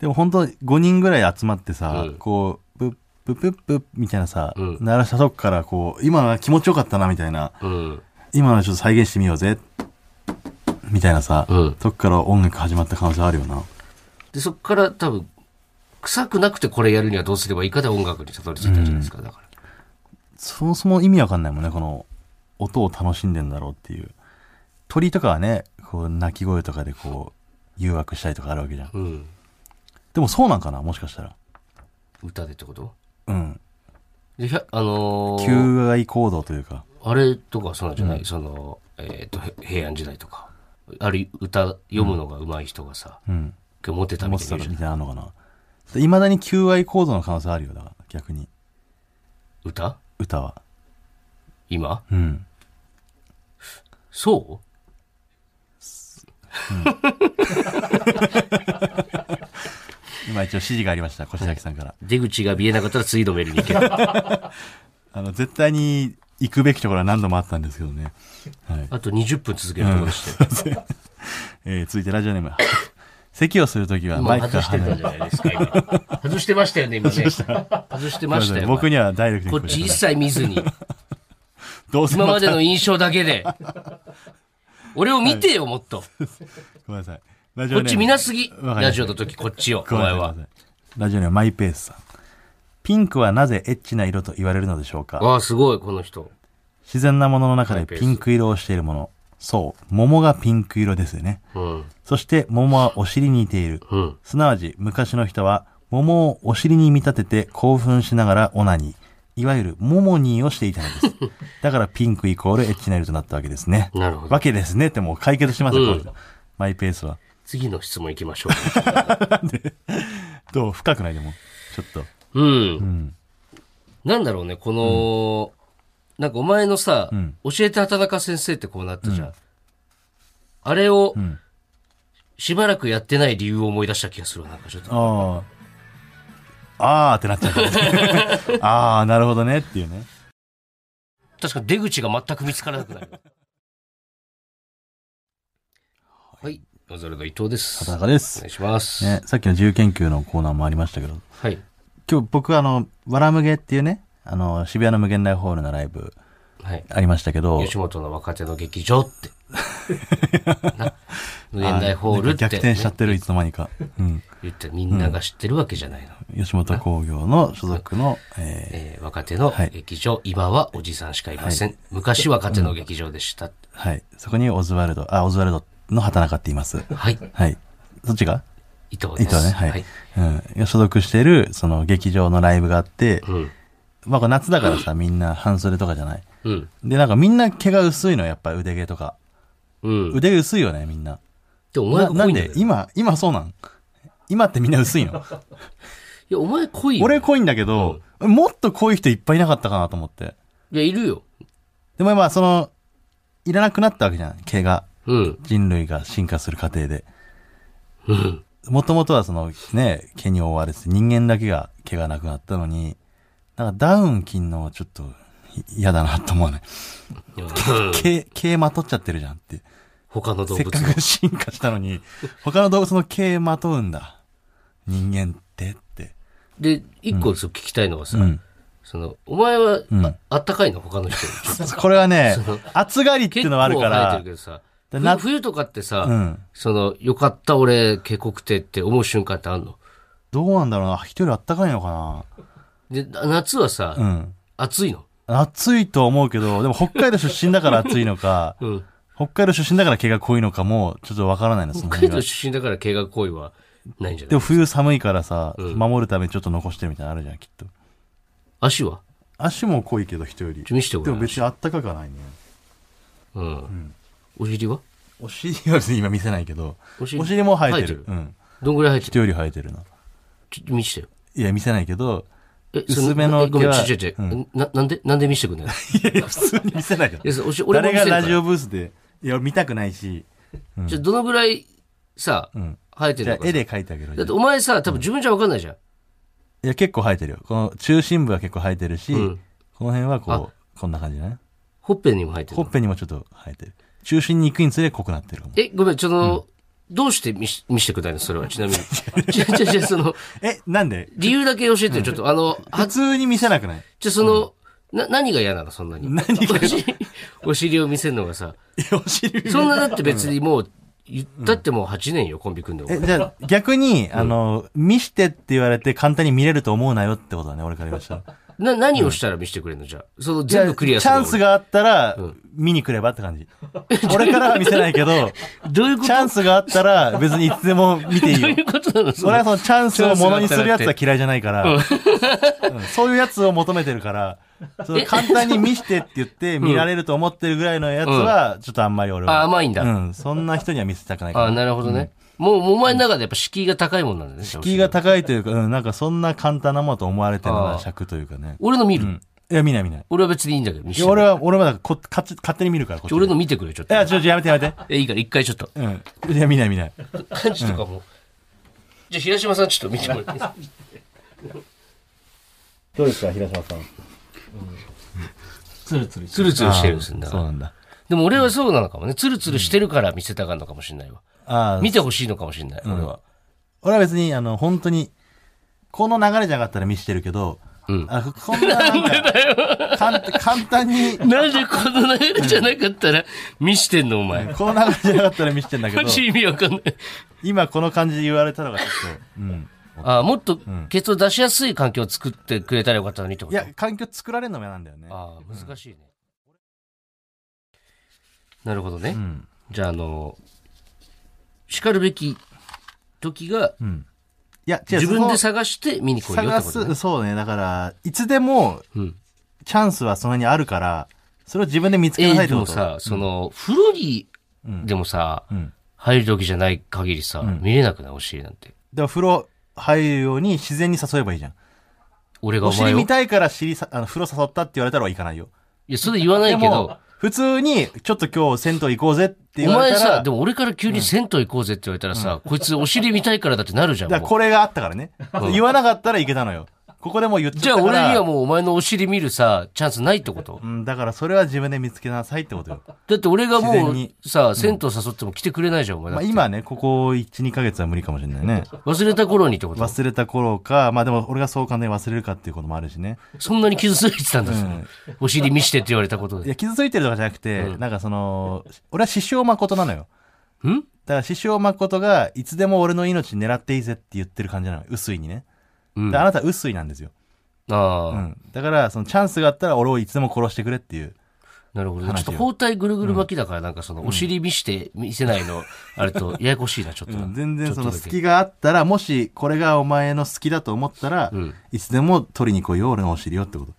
Speaker 2: でも本当5人ぐらい集まってさ、
Speaker 1: うん
Speaker 2: こう、ブッブッブッブッみたいなさ、
Speaker 1: うん
Speaker 2: 鳴らしたとこからこう、今のは気持ちよかったなみたいな、
Speaker 1: うん。
Speaker 2: 今のはちょっと再現してみようぜ、みたいなさ、
Speaker 1: うん
Speaker 2: とこから音楽始まった可能性あるよな。
Speaker 1: で、そこから多分、臭くなくてこれやるにはどうすればいいかで音楽にたどり着いたんじゃないですか。だから。
Speaker 2: そもそも意味わかんないもんね、この、音を楽しんでんだろうっていう。鳥とかはね、こう、鳴き声とかでこう、誘惑したりとかあるわけじゃん。
Speaker 1: うん。
Speaker 2: でもそうなんかな、もしかしたら。
Speaker 1: 歌でってこと
Speaker 2: うん。
Speaker 1: で、ひゃあのー、
Speaker 2: 求愛行動というか。
Speaker 1: あれとかそうなんじゃない、その、えっ、と、へ平安時代とか。ある歌、読むのが上手い人がさ、
Speaker 2: うん。
Speaker 1: 今日モテた
Speaker 2: 思
Speaker 1: み
Speaker 2: った
Speaker 1: い
Speaker 2: て
Speaker 1: な言うじ
Speaker 2: た
Speaker 1: ゃん
Speaker 2: みたいなのあんのかないまだに求愛構造の可能性あるよだから逆に
Speaker 1: 歌
Speaker 2: 歌は
Speaker 1: 今
Speaker 2: うん
Speaker 1: そう
Speaker 2: 今一応指示がありました越崎さんから
Speaker 1: 出口が見えなかったら次のメールに行け。
Speaker 2: あの絶対に行くべきところは何度もあったんですけ どね、はい
Speaker 1: あと20分続けるところでして。
Speaker 2: えー続いてラジオネーム咳をするときはマ
Speaker 1: 今
Speaker 2: イクか
Speaker 1: 外
Speaker 2: ら
Speaker 1: して
Speaker 2: 離
Speaker 1: た
Speaker 2: れ
Speaker 1: んじゃないですか、 今。外してましたよね、今ね。外してましたよ。
Speaker 2: 僕にはダイレクト
Speaker 1: こ
Speaker 2: に
Speaker 1: っ
Speaker 2: 来
Speaker 1: ち
Speaker 2: る
Speaker 1: 一切見ずに、
Speaker 2: どうせ
Speaker 1: 今
Speaker 2: ま
Speaker 1: まで
Speaker 2: た
Speaker 1: の印象だけで。俺を見てよ、もっと。
Speaker 2: ごめんなさいラジ
Speaker 1: こっ
Speaker 2: オネーム
Speaker 1: ち見なすぎ。
Speaker 2: わかりました
Speaker 1: ラジオの時、こっちを、お
Speaker 2: ごめんな
Speaker 1: 前
Speaker 2: さい
Speaker 1: は。
Speaker 2: ラジオネームマイペースさんピンクはなぜエッチな色と言われるのでしょうか
Speaker 1: ああ、すごい、この人。
Speaker 2: 自然なものの中
Speaker 1: マイ
Speaker 2: で
Speaker 1: ペース
Speaker 2: ピンク色をしているもの。そう、桃がピンク色ですよね。
Speaker 1: うん。
Speaker 2: そして桃はお尻に似ている。
Speaker 1: うん。
Speaker 2: すなわち昔の人は桃をお尻に見立てて興奮しながらオナニー。いわゆるモモニーをしていた のです。だからピンクイコールエッチナイルとなったわけですね。
Speaker 1: なるほど
Speaker 2: わ。けですねってもう解決してますよ、
Speaker 1: うん
Speaker 2: これでマイペースは。
Speaker 1: 次の質問行きましょう。
Speaker 2: どう深くないでも。ちょっと。
Speaker 1: うん。
Speaker 2: ん
Speaker 1: なんだろうね、この、なんかお前のさ、
Speaker 2: うん
Speaker 1: 教えて畑中先生ってこうなったじゃん。あれを
Speaker 2: うん。
Speaker 1: しばらくやってない理由を思い出した気がするわなんかちょっと。
Speaker 2: ああ。ああってなっち ゃった。ああ、なるほどねっていうね。
Speaker 1: 確か出口が全く見つからなくなる。はい。マザルの伊藤です。
Speaker 2: 畑
Speaker 1: お
Speaker 2: 中です
Speaker 1: 願い。します。
Speaker 2: ね、さっきの自由研究のコーナーもありましたけど、
Speaker 1: はい。
Speaker 2: 今日僕あの、わらむげっていうね、あの、渋谷の無限大ホールのライブ
Speaker 1: はい。
Speaker 2: ありましたけど、
Speaker 1: 吉本の若手の劇場 って。な無限大ホール
Speaker 2: あ
Speaker 1: っ
Speaker 2: ー
Speaker 1: て、
Speaker 2: 逆転しちゃっ
Speaker 1: ね
Speaker 2: てる、いつの間にか。うん。
Speaker 1: 言ってみんなが知ってるわけじゃないの。
Speaker 2: 吉本興業の所属の、え
Speaker 1: えー若手の
Speaker 2: はい
Speaker 1: 劇場、今はおじさんしかいません。昔若手の劇場でした。
Speaker 2: ーはい。そこにオズワルド、あ、オズワルドの畑中って言います。
Speaker 1: はい。
Speaker 2: はい。そっちが
Speaker 1: 伊藤
Speaker 2: 伊
Speaker 1: です。
Speaker 2: 藤ね、はい。うん。が所属している、その劇場のライブがあって、
Speaker 1: うん。
Speaker 2: まあこれ夏だからさ、みんな半袖とかじゃない。
Speaker 1: うん。
Speaker 2: で、なんかみんな毛が薄いの、やっぱ腕毛とか。
Speaker 1: うん。
Speaker 2: 腕薄いよね、みんな。
Speaker 1: で、お前
Speaker 2: な
Speaker 1: が
Speaker 2: な
Speaker 1: 濃い
Speaker 2: ん
Speaker 1: んだ
Speaker 2: で
Speaker 1: よ。い
Speaker 2: 今、今そうなん今ってみん な薄いの
Speaker 1: や、お前濃いよ。
Speaker 2: 俺濃いんだけど、もっと濃い人いっぱいいなかったかなと思って。
Speaker 1: いや、いるよ。
Speaker 2: でもまあその、いらなくなったわけじゃん、毛が。
Speaker 1: うん。
Speaker 2: 人類が進化する過程で。
Speaker 1: うん。
Speaker 2: もともとはそのね、毛に覆われてて人間だけが毛がなくなったのに、なんかダウン金のちょっとい嫌だなと思わない。
Speaker 1: うん
Speaker 2: 毛、毛まとっちゃってるじゃんって。
Speaker 1: 他の動
Speaker 2: せっ
Speaker 1: 物。
Speaker 2: かく進化したのに、他の動物の毛まとうんだ。人間ってって。
Speaker 1: で、一個そう聞きたいのはさ、
Speaker 2: うん。
Speaker 1: その、お前は、
Speaker 2: うん
Speaker 1: ああったかいの他の人より。
Speaker 2: これはね
Speaker 1: そう、
Speaker 2: 暑がりっていう
Speaker 1: 結
Speaker 2: のは
Speaker 1: 構
Speaker 2: あ
Speaker 1: 生え
Speaker 2: るか
Speaker 1: て
Speaker 2: ら
Speaker 1: るけ、どさ、
Speaker 2: で
Speaker 1: ふ
Speaker 2: な
Speaker 1: 冬とかってさ、
Speaker 2: うん。
Speaker 1: その、よかった俺、警告てって思う瞬間ってあんの
Speaker 2: どうなんだろうな。一人あったかいのか
Speaker 1: で、夏はさ、
Speaker 2: な。うん。
Speaker 1: 暑いの
Speaker 2: 暑いとは思うけど、でも北海道出身だから暑い のか、
Speaker 1: うん。
Speaker 2: 北海道出身だから毛が濃いのかも、ちょっとわからないの、その
Speaker 1: 北
Speaker 2: 辺
Speaker 1: 海
Speaker 2: が
Speaker 1: 道。出身だから計画行為はないんじゃ
Speaker 2: で
Speaker 1: ない
Speaker 2: も冬寒いからさ、
Speaker 1: うん
Speaker 2: 守るためにちょっと残してるみたいなのあるじゃん、きっと。
Speaker 1: 足は
Speaker 2: 足も濃いけど、人より
Speaker 1: ち。ょ見せてご
Speaker 2: で
Speaker 1: ら
Speaker 2: も
Speaker 1: ん。
Speaker 2: 別にあったかくはないね。
Speaker 1: うん。お尻は
Speaker 2: お尻は別に今見せないけど、
Speaker 1: お尻
Speaker 2: お尻も生えてる。
Speaker 1: 生えてる
Speaker 2: うん。
Speaker 1: どんぐらい入ってる
Speaker 2: 人より生えてるな。
Speaker 1: ちょっと見せてよ。
Speaker 2: いや、見せないけど、
Speaker 1: え
Speaker 2: 薄めの
Speaker 1: えごめん、
Speaker 2: 毛
Speaker 1: ち
Speaker 2: は
Speaker 1: ょちょちょ、
Speaker 2: うん
Speaker 1: な、なんで、なんで見せてくんない
Speaker 2: いやいや、普通に見せないか
Speaker 1: い
Speaker 2: ら。
Speaker 1: や、そおし俺も
Speaker 2: 誰
Speaker 1: 見
Speaker 2: が
Speaker 1: せるか
Speaker 2: ラジ
Speaker 1: ら。
Speaker 2: オブースで、いや、見たくないし、
Speaker 1: じゃあどのぐらいさ、
Speaker 2: うん。
Speaker 1: 生えて
Speaker 2: じ
Speaker 1: る
Speaker 2: ゃあ
Speaker 1: の、か
Speaker 2: 絵
Speaker 1: さ。
Speaker 2: で描いてあげる
Speaker 1: だってお前さ、多分自分じゃわかんないじゃん。
Speaker 2: いや、結構生えてるよ。この中心部は結構生えてるし、
Speaker 1: うん
Speaker 2: この辺はこう、こんな感じだね。
Speaker 1: ほっぺにも生えてる
Speaker 2: ほ
Speaker 1: の。
Speaker 2: っぺにもちょっと生えてる。中心に行くにつれ濃くなってるかも。
Speaker 1: え、ごめん、その、どうして見し見せてくれないのそれは、ちなみに。じゃじゃじゃその、
Speaker 2: え、なんで
Speaker 1: 理由だけ教えてよ、ちょっと。あの、
Speaker 2: 普通に見せなくない
Speaker 1: じゃあその、な、何が嫌なのそんなに。
Speaker 2: 何が
Speaker 1: お尻お尻を見せるのがさ。
Speaker 2: いや、お尻
Speaker 1: そんなだって別にもう、言ったってもう8年よ、コンビ組んで
Speaker 2: え、
Speaker 1: も。
Speaker 2: じゃあ逆に、あの、見してって言われて簡単に見れると思うなよってことだね、俺から言いましたら。
Speaker 1: な、何をしたら見せてくれるのじゃあ。その全部クリアす
Speaker 2: チ
Speaker 1: る
Speaker 2: ャ
Speaker 1: の
Speaker 2: ンス。があったら、見に来ればっ て感じ。俺からは見せないけど、
Speaker 1: 俺どういうこ
Speaker 2: チャンスがあったら別にいつでも見ていい
Speaker 1: とどう
Speaker 2: よ
Speaker 1: い。うことなのその
Speaker 2: 俺はそのチャンスをものにするやつは嫌いじゃないから、うんそういうやつを求めてるから、その簡単に見してって言って見られると思ってるぐらいのやつは、ちょっとあんまり俺は。
Speaker 1: あ甘いんだ
Speaker 2: うん。そんな人には見せたくない
Speaker 1: あ
Speaker 2: か
Speaker 1: あ、
Speaker 2: ら。
Speaker 1: なるほどね。もう、もうお前の中でやっぱ敷居が高いもんなんだね。
Speaker 2: 敷居が高いというか、うん、なんかそんな簡単なものと思われてるの
Speaker 1: ああ
Speaker 2: が尺というかね。
Speaker 1: 俺の見
Speaker 2: う
Speaker 1: る、
Speaker 2: ん。いや、見ない見ない。
Speaker 1: 俺は別にいいんだけど、見
Speaker 2: い
Speaker 1: せ
Speaker 2: や
Speaker 1: ても
Speaker 2: 俺は、俺はだからこ勝手勝手に見るから、こっ
Speaker 1: ち
Speaker 2: ち
Speaker 1: ょ
Speaker 2: で。
Speaker 1: 俺の見てくれ、ちょっ
Speaker 2: い
Speaker 1: と。
Speaker 2: や、ちょ、ちょ、やめてやめて。
Speaker 1: え、いいから、一回ちょっと。
Speaker 2: うん。いや、見ない見ない。
Speaker 1: 感じとかも。じゃあ、平島さんちょっと見てもらっていいですか
Speaker 2: どうですか、平島さん。
Speaker 3: ツルツルして
Speaker 1: ツルツルしてるんですんだか
Speaker 2: そう
Speaker 1: ら
Speaker 2: なんだ。
Speaker 1: でも俺はそうなのかもね。ツルツルしてるから見せたがるのかもしれないわ。
Speaker 2: ああ、
Speaker 1: 見てほしいのかもしれない、俺は。
Speaker 2: 俺は別に、あの、本当に、この流れじゃなかったら見してるけど、
Speaker 1: うん
Speaker 2: あこんななんか、簡簡単に、
Speaker 1: なんでこの流れじゃなかったら見してんのお前。
Speaker 2: この流れじゃなかったら見してんだけ
Speaker 1: マ
Speaker 2: ど、
Speaker 1: ジ意味わかんない。
Speaker 2: 今この感じで言われたのがちょっと、うん。
Speaker 1: あもっとケツを出しやすい環境を作ってくれたらよかったのにってこ
Speaker 2: い
Speaker 1: と
Speaker 2: や、環境作られるのも嫌なんだよね。
Speaker 1: あー難しいね。なるほど
Speaker 2: う
Speaker 1: ね。
Speaker 2: ん。
Speaker 1: じゃあ、あの、叱るべき時が
Speaker 2: うん。いや、違う、
Speaker 1: 自分で
Speaker 2: そ
Speaker 1: 探して見に来い
Speaker 2: の
Speaker 1: よって
Speaker 2: 探
Speaker 1: ことね
Speaker 2: す、。そうね。だから、いつでも
Speaker 1: うん。
Speaker 2: チャンスはそんなにあるから、それを自分で見つけ
Speaker 1: え
Speaker 2: なさ
Speaker 1: ー
Speaker 2: いっ
Speaker 1: で
Speaker 2: てこ
Speaker 1: も
Speaker 2: と。
Speaker 1: さ、その、風呂に、
Speaker 2: うん
Speaker 1: でもさ、
Speaker 2: うん。だか
Speaker 1: 入る時じゃない限りさ、
Speaker 2: うん
Speaker 1: 見れなくないお尻なんて。
Speaker 2: ら風呂入るように自然に誘えばいいじゃん。
Speaker 1: 俺が
Speaker 2: お
Speaker 1: お前
Speaker 2: 尻
Speaker 1: を。
Speaker 2: 見
Speaker 1: い
Speaker 2: たいから尻さあの風呂誘ったって言われたら行かないよ。
Speaker 1: や、それ言わないけ
Speaker 2: で
Speaker 1: ど
Speaker 2: も、普通に、ちょっと今日銭湯行こうぜって
Speaker 1: お
Speaker 2: 言われ
Speaker 1: 前
Speaker 2: たら、
Speaker 1: さ、でも俺から急に銭湯行こうぜって言われたらさ、こいつお尻見たいからだってなるじゃん。
Speaker 2: だから
Speaker 1: もう
Speaker 2: これがあったからね。
Speaker 1: うん
Speaker 2: 言わなかったらいけたのよ。ここでもう言っち
Speaker 1: じゃ
Speaker 2: ゃっ
Speaker 1: あ
Speaker 2: たか
Speaker 1: 俺
Speaker 2: ら。
Speaker 1: にはもうお前のお尻見るさ、チャンスないってこと
Speaker 2: うん、だからそれは自分で見つけなさいってことよ。
Speaker 1: だって俺が
Speaker 2: 自
Speaker 1: も
Speaker 2: 然
Speaker 1: う
Speaker 2: に
Speaker 1: さ、銭湯誘っても来てくれないじゃん、お前だ
Speaker 2: ま
Speaker 1: っ
Speaker 2: あ
Speaker 1: て。
Speaker 2: 今ね、ここ1、2ヶ月は無理かもしれないね。
Speaker 1: 忘れた頃にってこと
Speaker 2: 忘れた頃か、まあでも俺がそう簡単に忘れるかっていうこともあるしね。
Speaker 1: そんなに傷ついてたんだ、
Speaker 2: うん
Speaker 1: お尻見してって言われたこと
Speaker 2: い
Speaker 1: で。
Speaker 2: や、傷ついてるとかじゃなくて、なんかその、俺は師匠誠なのよ。
Speaker 1: ん
Speaker 2: だから師匠誠が、いつでも俺の命狙っていいぜって言ってる感じなのよ。薄いにね。
Speaker 1: うん。
Speaker 2: であ
Speaker 1: あ
Speaker 2: なた薄いなんですよ。
Speaker 1: あ、
Speaker 2: うん。だから、そのチャンスがあったら俺をいつでも殺してくれっていう。
Speaker 1: なるほどね。ちょ
Speaker 2: 話
Speaker 1: っと
Speaker 2: よ
Speaker 1: 包帯ぐるぐる巻きだから、なんかその、お尻見して見せない の、あれと、ややこしいな、ちょっとな。
Speaker 2: 全然そ
Speaker 1: ちょ
Speaker 2: の
Speaker 1: っとだ
Speaker 2: 隙
Speaker 1: け
Speaker 2: があったら、もしこれがお前の好きだと思ったら、
Speaker 1: ん
Speaker 2: いつでも取りに来いよ、俺のお尻よってこと。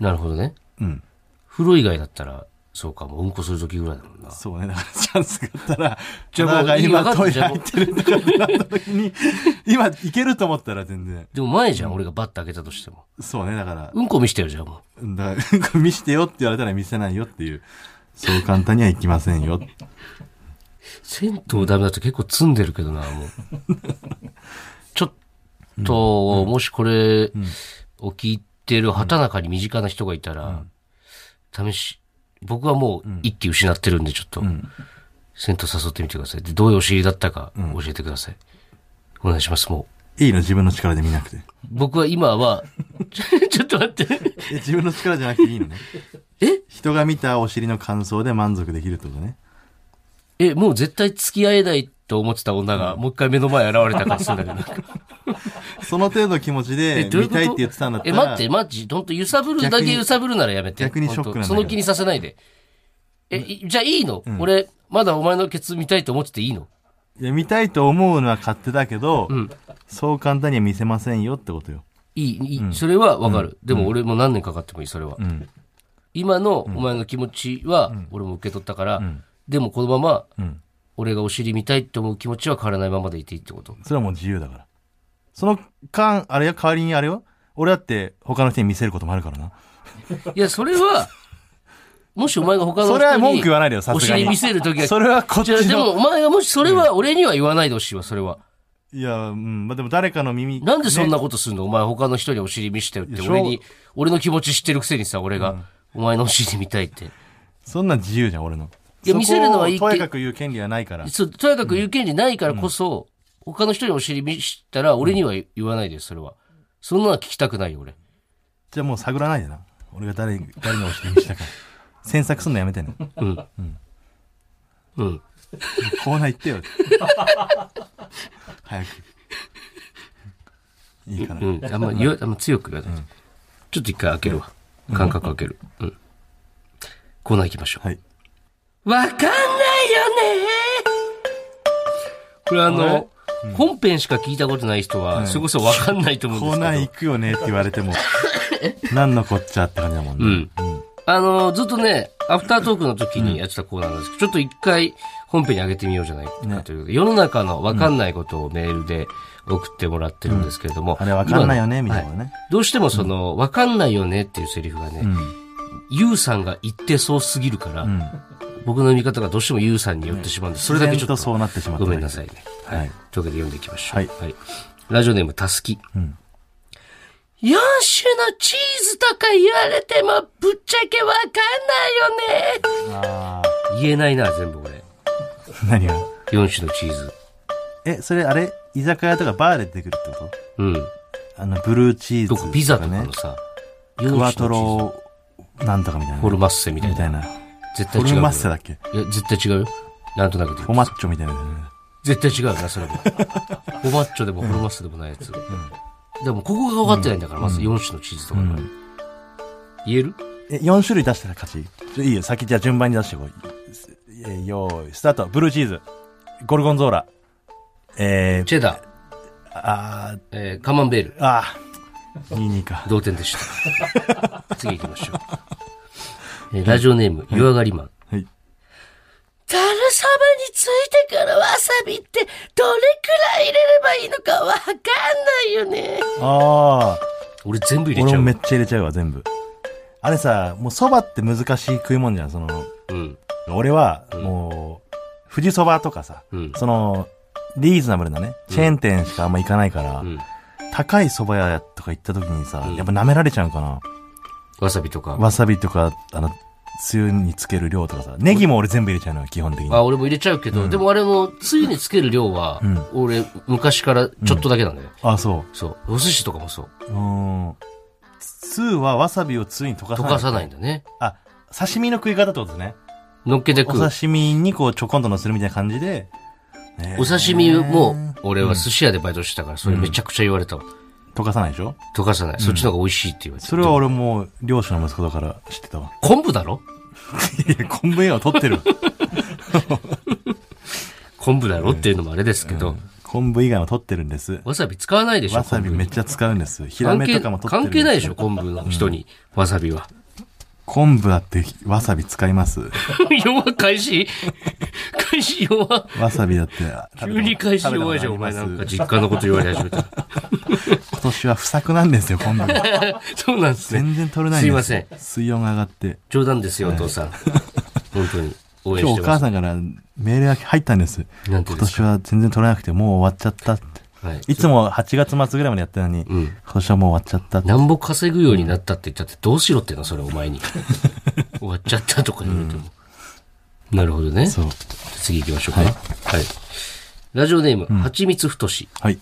Speaker 1: なるほどね。
Speaker 2: うん。
Speaker 1: 風呂以外だったら、そうか、もううんこする時ぐらいだもんな。
Speaker 2: そうね。だからチャンスがあったら、
Speaker 1: じゃあもう
Speaker 2: お腹が
Speaker 1: いいわか
Speaker 2: 今
Speaker 1: った
Speaker 2: トイレ入ってるとかってなった時に、 今行けると思ったら全然。
Speaker 1: でも前じゃん、俺がバッと開けたとしても。
Speaker 2: そうね。だから、
Speaker 1: うんこ見してよ、じゃあも
Speaker 2: だからうんこ見してよって言われたら見せないよっていう。そう簡単にはいきませんよ。
Speaker 1: う。銭湯ダメだと結構積んでるけどな、も う。ちょっと、もしこれ、を聞いてる畑中に身近な人がいたら、試し、僕はもう一気失ってるんで、ちょっと、銭湯誘ってみてください。で、どういうお尻だったか教えてください。お願いします、もう。
Speaker 2: いいの自分の力で見なくて。
Speaker 1: 僕は今は、 ちょちょっと待って。
Speaker 2: え自分の力じゃなくていいのね。
Speaker 1: え
Speaker 2: 人が見たお尻の感想で満足できるってことね。
Speaker 1: え、もう絶対付き合えないと思ってた女が、もう一回目の前現れた感じするんだけど なんか。
Speaker 2: その程度の気持ちで
Speaker 1: えどういうこと
Speaker 2: 見たいって言ってたんだった
Speaker 1: え、
Speaker 2: ら、
Speaker 1: 待って、マジ、本当揺さぶるだけ揺さぶるならやめて。
Speaker 2: 逆にショックなんだけど
Speaker 1: ほとその気にさせないで。え、いじゃあいいの、俺、まだお前のケツ見たいと思ってていいの
Speaker 2: いや見たいと思うのは勝手だけど、
Speaker 1: ん
Speaker 2: そう簡単には見せませんよってことよ。
Speaker 1: いい、いい、それはわかる。でも俺も何年かかってもいい、それは。
Speaker 2: ん
Speaker 1: 今のお前の気持ちは、俺も受け取ったから、でもこのまま、
Speaker 2: うん
Speaker 1: 俺がお尻見たいって思う気持ちは変わらないままでいていいってこと。
Speaker 2: それはもう自由だから。その間、あれよ、代わりにあれよ。俺だって他の人に見せることもあるからな。
Speaker 1: いや、それは、もしお前が他の人に、
Speaker 2: それは文句言わないでよ、さ
Speaker 1: お
Speaker 2: すがに。
Speaker 1: 尻見せるときは、
Speaker 2: それはこっち
Speaker 1: じゃあでも
Speaker 2: の。
Speaker 1: お前がもしそれは俺には言わないでほしいわ、それは。
Speaker 2: いや、うん、まあ、でも誰かの耳、
Speaker 1: なんでそん
Speaker 2: ね
Speaker 1: なことすんの、お前他の人にお尻見してよって、
Speaker 2: いや
Speaker 1: 俺
Speaker 2: しょ
Speaker 1: に、俺の気持ち知ってるくせにさ、俺が、お前のお尻見たいって。
Speaker 2: そんなん自由じゃん、俺の。
Speaker 1: いや見せるのはいい
Speaker 2: そこを
Speaker 1: け
Speaker 2: とやかく言う権利はないから。
Speaker 1: そうとにかく言う権利ないからこそ、他の人にお尻見したら、俺には言わないでよ、それは。そんなのは聞きたくないよ、俺。
Speaker 2: じゃあもう探らないでな。俺が誰、誰のお尻にしたか。詮索すんのやめてね。
Speaker 1: うん。うん。
Speaker 2: コーナー行っ てよ。早く。いいかな
Speaker 1: う。ん。あんま言わ、あんま強く言わない。ちょっと一回開けるわ。感覚開ける。うん。コーナー行きましょう。
Speaker 2: はい。
Speaker 1: わかんないよねこれあの、本編しか聞いたことない人は、それこそわかんないと思うん
Speaker 2: コ
Speaker 1: で
Speaker 2: ー
Speaker 1: す
Speaker 2: ナー
Speaker 1: け
Speaker 2: 行くよねって言われても、何のこっちゃって感じだもん
Speaker 1: ど。う
Speaker 2: ね。
Speaker 1: ん。あの、ずっとね、アフタートークの時にやってたコーナーなんですけど、ちょっと一回本編に上げてみようじゃないかということで、世の中のわかんないことをメールで送ってもらってるんですけれども。
Speaker 2: あれわかんないよね、
Speaker 1: 今
Speaker 2: み
Speaker 1: の
Speaker 2: たいな
Speaker 1: は
Speaker 2: ね。
Speaker 1: どうしてもその、わかんないよねっていうセリフがね、ゆうさんが言ってそうすぎるから、僕の読み方がどうしてもゆうさんに寄ってしまうんで、それだけちょっ
Speaker 2: 自然と
Speaker 1: と。
Speaker 2: そうなってしまった。
Speaker 1: ごめんなさいね。はい。
Speaker 2: はい
Speaker 1: というわけで読んでいきましょう。は。
Speaker 2: はいい
Speaker 1: ラジオネーム、たすき。4
Speaker 2: ん
Speaker 1: 種のチーズとか言われても、ぶっちゃけわかんないよね。
Speaker 2: あ
Speaker 1: 言えないな、全部俺。
Speaker 2: ー何が
Speaker 1: 4種のチーズ。
Speaker 2: え、それあれ居酒屋とかバーで出てくるってこ
Speaker 1: うん。
Speaker 2: とあの、ブルーチーズ
Speaker 1: と
Speaker 2: と
Speaker 1: か
Speaker 2: か、ね。
Speaker 1: ピザとかのさ、4
Speaker 2: クワト
Speaker 1: チーズ。
Speaker 2: ロ、なんとかみたいな。
Speaker 1: フォルマッセみたい
Speaker 2: みた
Speaker 1: な。
Speaker 2: いな。
Speaker 1: 絶
Speaker 2: フ
Speaker 1: 対違う
Speaker 2: ォル
Speaker 1: よ。
Speaker 2: マッセだっけ
Speaker 1: いや、絶対違うよ。なんとなくで
Speaker 2: フォマッチョみたいなやつね。
Speaker 1: 絶対違うよな、そ れも。おマッチョでもフォルマッソでもないやつ。でも、ここが分かってないんだから、まず4種のチーズとかが
Speaker 2: う
Speaker 1: 言える
Speaker 2: え、4種類出したら勝ちちょいいよ、先じゃあ順番に出してこい。えー、よーい、スタート。ブルーチーズ。ゴルゴンゾーラ。えー、
Speaker 1: チェダー、
Speaker 2: あー、
Speaker 1: えーカマンベール、
Speaker 2: あ22か。
Speaker 1: 同点で した。次行きましょう。えーラジオネーム、湯上がりマン。
Speaker 2: はい。
Speaker 1: タルサバについてからわさびってどれくらい入れればいいのかわかんないよね。
Speaker 2: ああ。
Speaker 1: 俺全部入れち
Speaker 2: 俺
Speaker 1: ゃ
Speaker 2: も
Speaker 1: う。
Speaker 2: めっちゃ入れちゃうわ、全部。あれさ、もう蕎麦って難しい食い物じゃん、その、
Speaker 1: うん。
Speaker 2: 俺は、もう、富士蕎麦とかさ、
Speaker 1: うん
Speaker 2: その、リーズナブルなね、チェーン店しかあんま行かないから、
Speaker 1: うん。
Speaker 2: 高い蕎麦屋とか行った時にさ、
Speaker 1: ん
Speaker 2: やっぱ舐められちゃうかな。
Speaker 1: わさびとか。
Speaker 2: わさびとか、あの、つゆにつける量とかさ、ネギも俺全部入れちゃうのよ、基本的に。
Speaker 1: あ、俺も入れちゃうけど、でもあれも、つゆにつける量は、俺、昔からちょっとだけなんだよ。
Speaker 2: あ、そ。
Speaker 1: そう。お寿司とかもそう
Speaker 2: うーん。つゆはわさびをつゆに溶
Speaker 1: う。
Speaker 2: かさ
Speaker 1: 溶
Speaker 2: ない。
Speaker 1: かさないんだね。
Speaker 2: あ、刺身の食い方ってことですね。
Speaker 1: のっけて
Speaker 2: お
Speaker 1: 食う。
Speaker 2: 刺身にこうちょこんと乗せるみたいな感じで、
Speaker 1: お刺身も、俺は寿司屋でバイトしてたから、それめちゃくちゃ言われたわ。
Speaker 2: 溶かさないでしょ
Speaker 1: 溶かさない。そっちの方が美味しいって言われて。
Speaker 2: それは俺もう漁師の息子だから知って たわ。
Speaker 1: 昆布だろ
Speaker 2: いや、昆布屋は 取ってる。
Speaker 1: 昆布だろっていうのもあれですけど、
Speaker 2: 昆布以外は取ってるんです。
Speaker 1: わさび使わないでしょ
Speaker 2: わさび
Speaker 1: 昆布
Speaker 2: めっちゃ使うんです。ヒラ
Speaker 1: 関
Speaker 2: メ
Speaker 1: 係
Speaker 2: とかも取ってるん
Speaker 1: 関係ないでしょ昆布の人に、わさびは。
Speaker 2: 昆布だってわさび使います。
Speaker 1: 弱返し返し弱
Speaker 2: わさびだって。
Speaker 1: 急に返し弱いじゃん、お前なんか実家のこと言われ始めた。
Speaker 2: 今年は不作なんですよ、昆布が。
Speaker 1: そうなんですね。
Speaker 2: 全然取れないんです
Speaker 1: すいませ
Speaker 2: ん。水温が上がって。
Speaker 1: 冗談ですよ、お父さん。本当に。応援
Speaker 2: 今
Speaker 1: し
Speaker 2: 日
Speaker 1: て
Speaker 2: お
Speaker 1: ま
Speaker 2: 母
Speaker 1: す。
Speaker 2: さんからメールが入ったんです。
Speaker 1: な
Speaker 2: 今
Speaker 1: んてです
Speaker 2: 年は全然取れなくてもう終わっちゃったって。
Speaker 1: はい。
Speaker 2: いつも8月末ぐらいまでやってたのに、
Speaker 1: ん
Speaker 2: 今年はもう終わっちゃったって。
Speaker 1: なんぼ稼ぐようになったって言ったってどうしろってのそれお前 に。終わっちゃったとか言うても。なるほどね。
Speaker 2: そう。
Speaker 1: 次行きましょうか。はい。ラジオネーム、はちみつふとし。
Speaker 2: はい。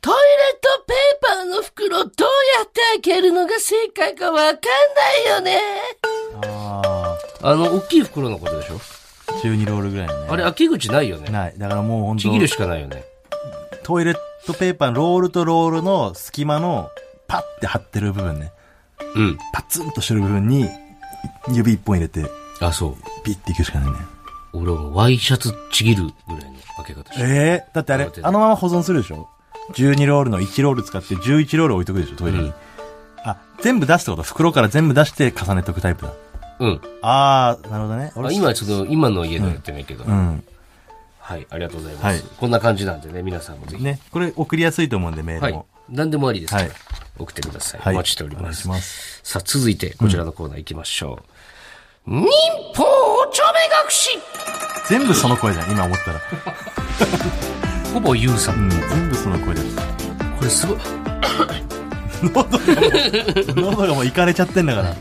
Speaker 1: トイレットペーパーの袋どうやって開けるのが正解かわかんないよね。
Speaker 2: あ
Speaker 1: あの、大きい袋のことでしょ
Speaker 2: あ、12ロールぐらいのね。
Speaker 1: あれ開け口ないよね。
Speaker 2: ない。だからもう本
Speaker 1: ちぎる
Speaker 2: 当
Speaker 1: しかないよね。
Speaker 2: トイレットペーパーのロールとロールの隙間のパッて張ってる部分ね。
Speaker 1: うん。
Speaker 2: パツンとしてる部分に指一本入れて
Speaker 1: あ、そう。
Speaker 2: ピッていくしかないね。
Speaker 1: 俺もワイシャツちぎるぐらいの開け方してる。
Speaker 2: ええだってあれ
Speaker 1: 慌て、て
Speaker 2: あのまま保存するでしょ ?12 ロールの1ロール使って11ロール置いとくでしょトイレに。
Speaker 1: うん
Speaker 2: あ、全部出すってこと袋から全部出して重ねとくタイプだ。
Speaker 1: うん。
Speaker 2: あー、なるほどね。
Speaker 1: あ今、ちょっと、今の家ではやってないけど。
Speaker 2: うん。
Speaker 1: はい、ありがとうございます。
Speaker 2: はい
Speaker 1: こんな感じなんでね、皆さんもぜひ。
Speaker 2: ね、これ送りやすいと思うんでメー
Speaker 1: は
Speaker 2: ル
Speaker 1: い
Speaker 2: も。。
Speaker 1: 何でもありですから、
Speaker 2: はい
Speaker 1: 送ってください。
Speaker 2: はい
Speaker 1: お待ちしております。
Speaker 2: お願いしま
Speaker 1: さあ、続いて、こちらのコーナー行きましょう。忍法おちょめ隠し
Speaker 2: 全部その声じゃん、今思ったら。
Speaker 1: ほぼゆうさん。
Speaker 2: うん、全部その 声だった。
Speaker 1: これすごい。
Speaker 2: 喉がもういかれちゃってんだから。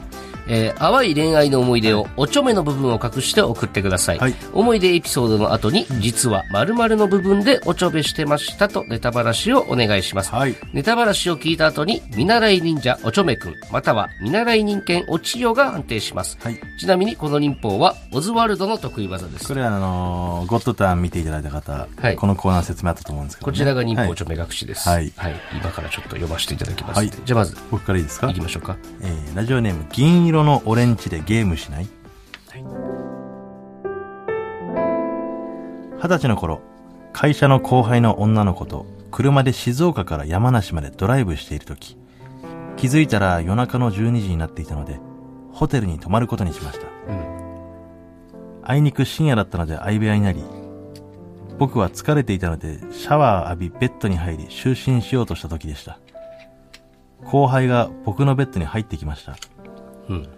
Speaker 1: えー淡い恋愛の思い出をおちょめの部分を隠して送ってください、
Speaker 2: はい
Speaker 1: 思い出エピソードの後に実は〇〇の部分でおちょめしてましたとネタバラシをお願いします、
Speaker 2: はい。
Speaker 1: ネタバラシを聞いた後に見習い忍者おちょめくんまたは見習い人犬おちよが判定します、
Speaker 2: はい
Speaker 1: ちなみにこの忍法はオズワルドの得意技です
Speaker 2: これはあのーゴッドタン見ていただいた方、
Speaker 1: はい
Speaker 2: このコーナー説明あったと思うんですけど、
Speaker 1: こ
Speaker 2: ね。
Speaker 1: ちらが忍法
Speaker 2: はい
Speaker 1: ちょめ隠しです、
Speaker 2: はい
Speaker 1: 今からちょっと読ませていただきます、
Speaker 2: はい
Speaker 1: じゃあまず
Speaker 2: 僕からいいですか
Speaker 1: 行きましょうか
Speaker 2: えーラジオネーム、銀色のオレンジでゲームしない
Speaker 1: はい
Speaker 2: 二十歳の頃、会社の後輩の女の子と車で静岡から山梨までドライブしている時、気づいたら夜中の12時になっていたので、ホテルに泊まることにしました。あいにく深夜だったので相部屋になり、僕は疲れていたのでシャワーを浴びベッドに入り就寝しようとした時でした。後輩が僕のベッドに入ってきました。
Speaker 1: うん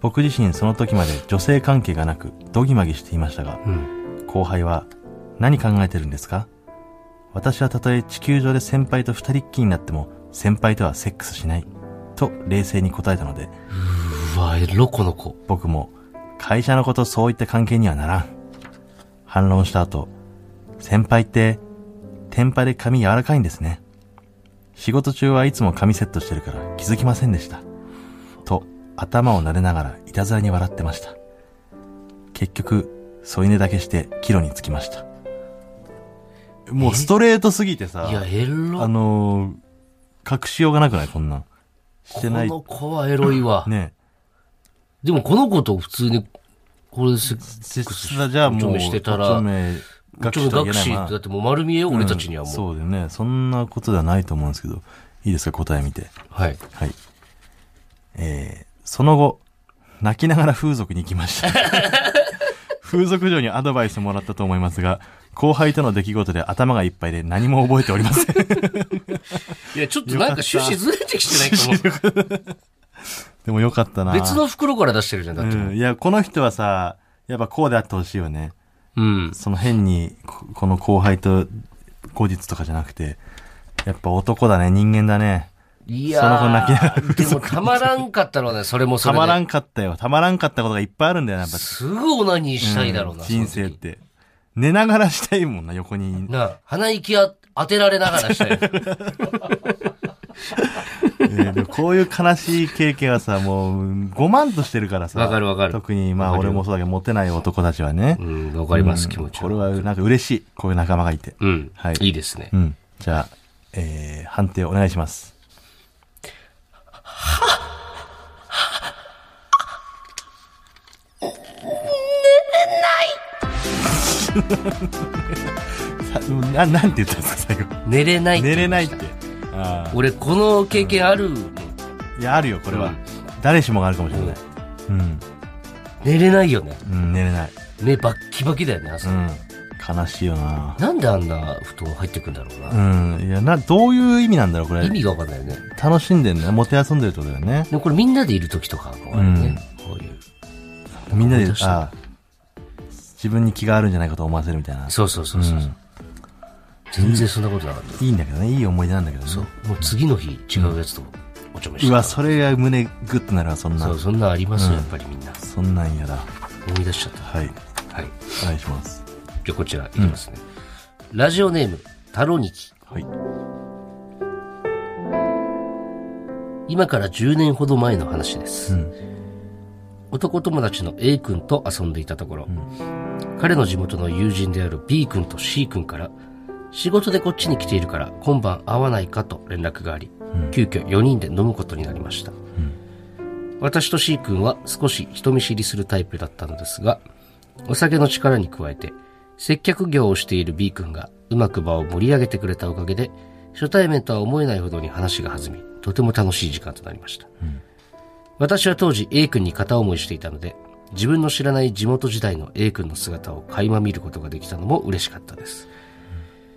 Speaker 2: 僕自身その時まで女性関係がなくドギマギしていましたが、
Speaker 1: うん
Speaker 2: 後輩は、何考えてるんですか私はたとえ地球上で先輩と二人っきりになっても、先輩とはセックスしない。と冷静に答えたので、
Speaker 1: うわエロこの子
Speaker 2: 僕も、会社のことそういった関係にはならん。反論した後、先輩って、天パで髪柔らかいんですね。仕事中はいつも髪セットしてるから気づきませんでした。と、頭を撫でながらいたずらに笑ってました。結局、添い寝だけして帰路に着きました。もうストレートすぎてさ
Speaker 1: いやエロ
Speaker 2: あのー隠しようがなくないこんなん。してない
Speaker 1: こ。の子はエロいわ。
Speaker 2: ね
Speaker 1: でもこの子と普通に、これセック
Speaker 2: せ
Speaker 1: ス、
Speaker 2: じゃあもう、
Speaker 1: おちょめしてたら
Speaker 2: おちょめ
Speaker 1: ちょっと学士、だってもう丸見えよ、俺たちには
Speaker 2: うん
Speaker 1: もう。
Speaker 2: そうだよね。そんなことではないと思うんですけど。いいですか答え見て。
Speaker 1: はい。
Speaker 2: はい。えー、その後、泣きながら風俗に行き ました。風俗嬢にアドバイスもらったと思いますが、後輩との出来事で頭がいっぱいで何も覚えておりません。
Speaker 1: いや、ちょっとなんか趣旨ずれてきてない かも。
Speaker 2: でもよかったな。
Speaker 1: 別の袋から出してるじゃん、だっても
Speaker 2: う
Speaker 1: う。
Speaker 2: ん、いや、この人はさ、やっぱこうであってほしいよね。
Speaker 1: うん。
Speaker 2: その変に、ここの後輩と後日とかじゃなくて、やっぱ男だね、人間だね。
Speaker 1: い
Speaker 2: その子泣きなが
Speaker 1: やー、でもたまらんかったろうね、それもそ
Speaker 2: た
Speaker 1: れで。
Speaker 2: まらんかったよ。たまらんかったことがいっぱいあるんだよな、やっぱ。
Speaker 1: すぐオナニーしたいだろうな。
Speaker 2: うん
Speaker 1: その
Speaker 2: 人
Speaker 1: 時
Speaker 2: 生っ。て。寝ながらしたいもんな、横 に。
Speaker 1: なあ、鼻息あ当てられながら したい。
Speaker 2: えーでもこういう悲しい経験はさ、もう、5万としてるからさ。
Speaker 1: わかるわかる
Speaker 2: 特に、まあ、俺もそうだけど、モテない男たちはね
Speaker 1: う。ん、わかります、
Speaker 2: うん
Speaker 1: 気持ち
Speaker 2: こ
Speaker 1: は
Speaker 2: れ。は、なんか嬉しい。こういう仲間がいて。
Speaker 1: うん
Speaker 2: はい、
Speaker 1: いいですね
Speaker 2: う。ん。じゃあ、えー、判定お願いします。ぬ れないな、なんて言ったんですか、最後。
Speaker 1: 寝れないって
Speaker 2: 寝
Speaker 1: 言い
Speaker 2: れ
Speaker 1: ま
Speaker 2: ないっ
Speaker 1: してた。。
Speaker 2: あ
Speaker 1: 俺、この経験あるもん
Speaker 2: あ。いや、あるよ、これは。
Speaker 1: うん
Speaker 2: 誰しもがあるかもしれない。うん。
Speaker 1: 寝れないよね。
Speaker 2: うん、寝れない。
Speaker 1: 目バッキバキだよね、
Speaker 2: う
Speaker 1: 朝。
Speaker 2: ん。悲しいよな。
Speaker 1: なんであんな布団入ってくんだろうな。
Speaker 2: うん。いや、な、どういう意味なんだろう、これ
Speaker 1: 意。味がわかんないよね。
Speaker 2: 楽しんでんね。もて遊んでるってことだよね。
Speaker 1: でもこれみんなでいる時とかもあるね。こういう。
Speaker 2: みんなで
Speaker 1: 思い出し、た
Speaker 2: あ自分に気があるんじゃないかと思わせるみたいな。
Speaker 1: そうそうそうそう。
Speaker 2: うん
Speaker 1: 全然そんなことなかった。
Speaker 2: いいんだけどね、いい思い出なんだけどね。
Speaker 1: そう。もう次の日、違うやつとおちょめして
Speaker 2: う
Speaker 1: た。
Speaker 2: わ、それが胸グッとなるわ、そんな
Speaker 1: そ。う、そんなんありますよ、やっぱりみんな。
Speaker 2: そんなんやだ。
Speaker 1: 思い出しちゃった。
Speaker 2: はい。
Speaker 1: はい。
Speaker 2: お願いします。
Speaker 1: じゃあこちらいきますね。ラジオネーム、タロニキ。
Speaker 2: はい。
Speaker 1: 今から10年ほど前の話です。
Speaker 2: うん
Speaker 1: 男友達の A 君と遊んでいたところ、彼の地元の友人である B 君と C 君から、仕事でこっちに来ているから今晩会わないかと連絡があり、急遽4人で飲むことになりました。私と C 君は少し人見知りするタイプだったのですが、お酒の力に加えて、接客業をしている B 君がうまく場を盛り上げてくれたおかげで、初対面とは思えないほどに話が弾み、とても楽しい時間となりました。私は当時 A 君に片思いしていたので、自分の知らない地元時代の A 君の姿を垣間見ることができたのも嬉しかったです。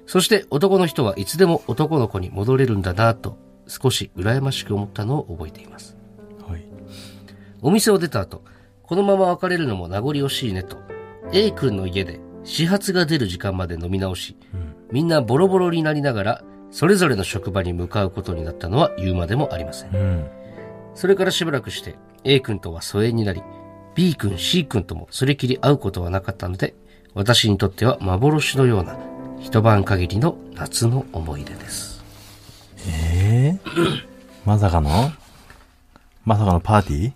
Speaker 1: そして男の人はいつでも男の子に戻れるんだなぁと少し羨ましく思ったのを覚えています。
Speaker 2: はい。
Speaker 1: お店を出た後、このまま別れるのも名残惜しいねと、A 君の家で始発が出る時間まで飲み直し、みんなボロボロになりながら、それぞれの職場に向かうことになったのは言うまでもありません。
Speaker 2: うん。
Speaker 1: それからしばらくして A 君とは疎遠になり、B 君、C 君ともそれきり会うことはなかったので、私にとっては幻のような一晩限りの夏の思い出です。
Speaker 2: えー、まさかのまさかのパーテ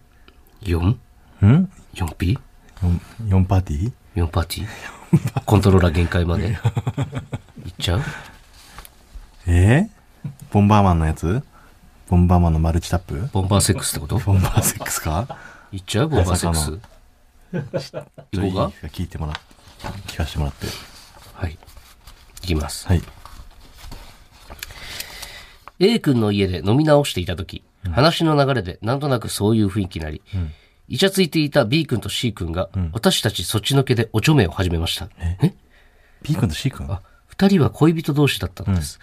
Speaker 2: ィ
Speaker 1: 4?4P?
Speaker 2: ーん
Speaker 1: 4ピ
Speaker 2: ?4 パーティー
Speaker 1: 4パー ティーコントローラー限界まで。いっちゃう
Speaker 2: えー、ボンバーマンのやつボンバーマンのマルチタップ
Speaker 1: ボンバーセックスってこと
Speaker 2: ボンバーセックスか
Speaker 1: いっちゃうボンバーセックス。いこうか
Speaker 2: 聞いてもらう聞かせてもらって。
Speaker 1: はい。いきます。
Speaker 2: はい。
Speaker 1: A 君の家で飲み直していた時、話の流れでなんとなくそういう雰囲気になり、イチャついていた B 君と C 君が、私たちそっちのけでおちょめを始めました。え
Speaker 2: P 君と C 君
Speaker 1: あ二人は恋人同士だったのです。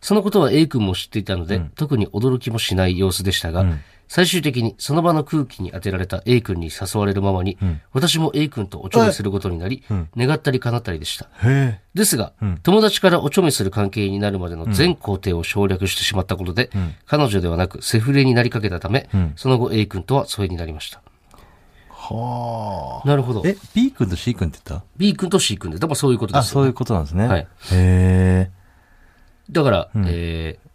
Speaker 1: そのことは A 君も知っていたので、特に驚きもしない様子でしたが、最終的にその場の空気に当てられた A 君に誘われるままに、私も A 君とおちょめすることになり、願ったり叶ったりでした。
Speaker 2: へ
Speaker 1: ですが、友達からおちょめする関係になるまでの全工程を省略してしまったことで、彼女ではなくセフレになりかけたため、その後 A 君とは疎遠になりました。
Speaker 2: え。はあ。
Speaker 1: なるほど。
Speaker 2: え、B 君と C 君って言っ
Speaker 1: B 君と C 君で、でもそういうことで
Speaker 2: たあ、
Speaker 1: す
Speaker 2: そういうことなんですね。
Speaker 1: はい
Speaker 2: へえ。
Speaker 1: だから、えー、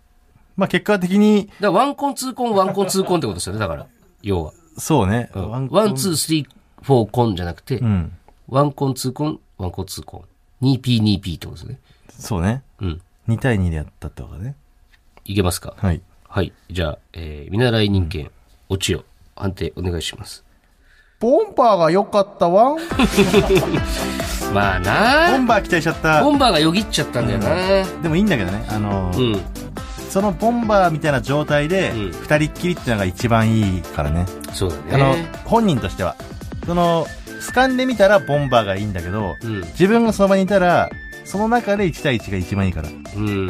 Speaker 2: まあ結果的に、
Speaker 1: だからワンコン、ツーコン、ワンコン、ツーコンってことですよね、だから、要は。
Speaker 2: そうね。
Speaker 1: うん
Speaker 2: ワン
Speaker 1: ワン、ツー、スリー、フォーコンじゃなくて、
Speaker 2: うん。
Speaker 1: ワンコン、ツーコン、ワンコン、ツーコン。2P、2P ってことですね。
Speaker 2: そうね。
Speaker 1: うん。
Speaker 2: 2対2でやったってことだね。
Speaker 1: いけますか
Speaker 2: はい。
Speaker 1: はい。じゃあ、えー、見習い人間、オチを判定お願いします。
Speaker 2: ボンバーが良かったわ。
Speaker 1: まあなあ
Speaker 2: ボンバー期待しちゃった
Speaker 1: ボ。ンバーがよぎっちゃったんだよな。
Speaker 2: でもいいんだけどね。あの
Speaker 1: う
Speaker 2: ー、
Speaker 1: ん。
Speaker 2: そのボンバーみたいな状態で
Speaker 1: うん
Speaker 2: 二人っきりっていうのが一番いいからね、
Speaker 1: そうだね。
Speaker 2: あの本人としてはその掴んでみたらボンバーがいいんだけど
Speaker 1: うん。
Speaker 2: 自分がその場にいたらその中で1対1が一番いいから
Speaker 1: うん。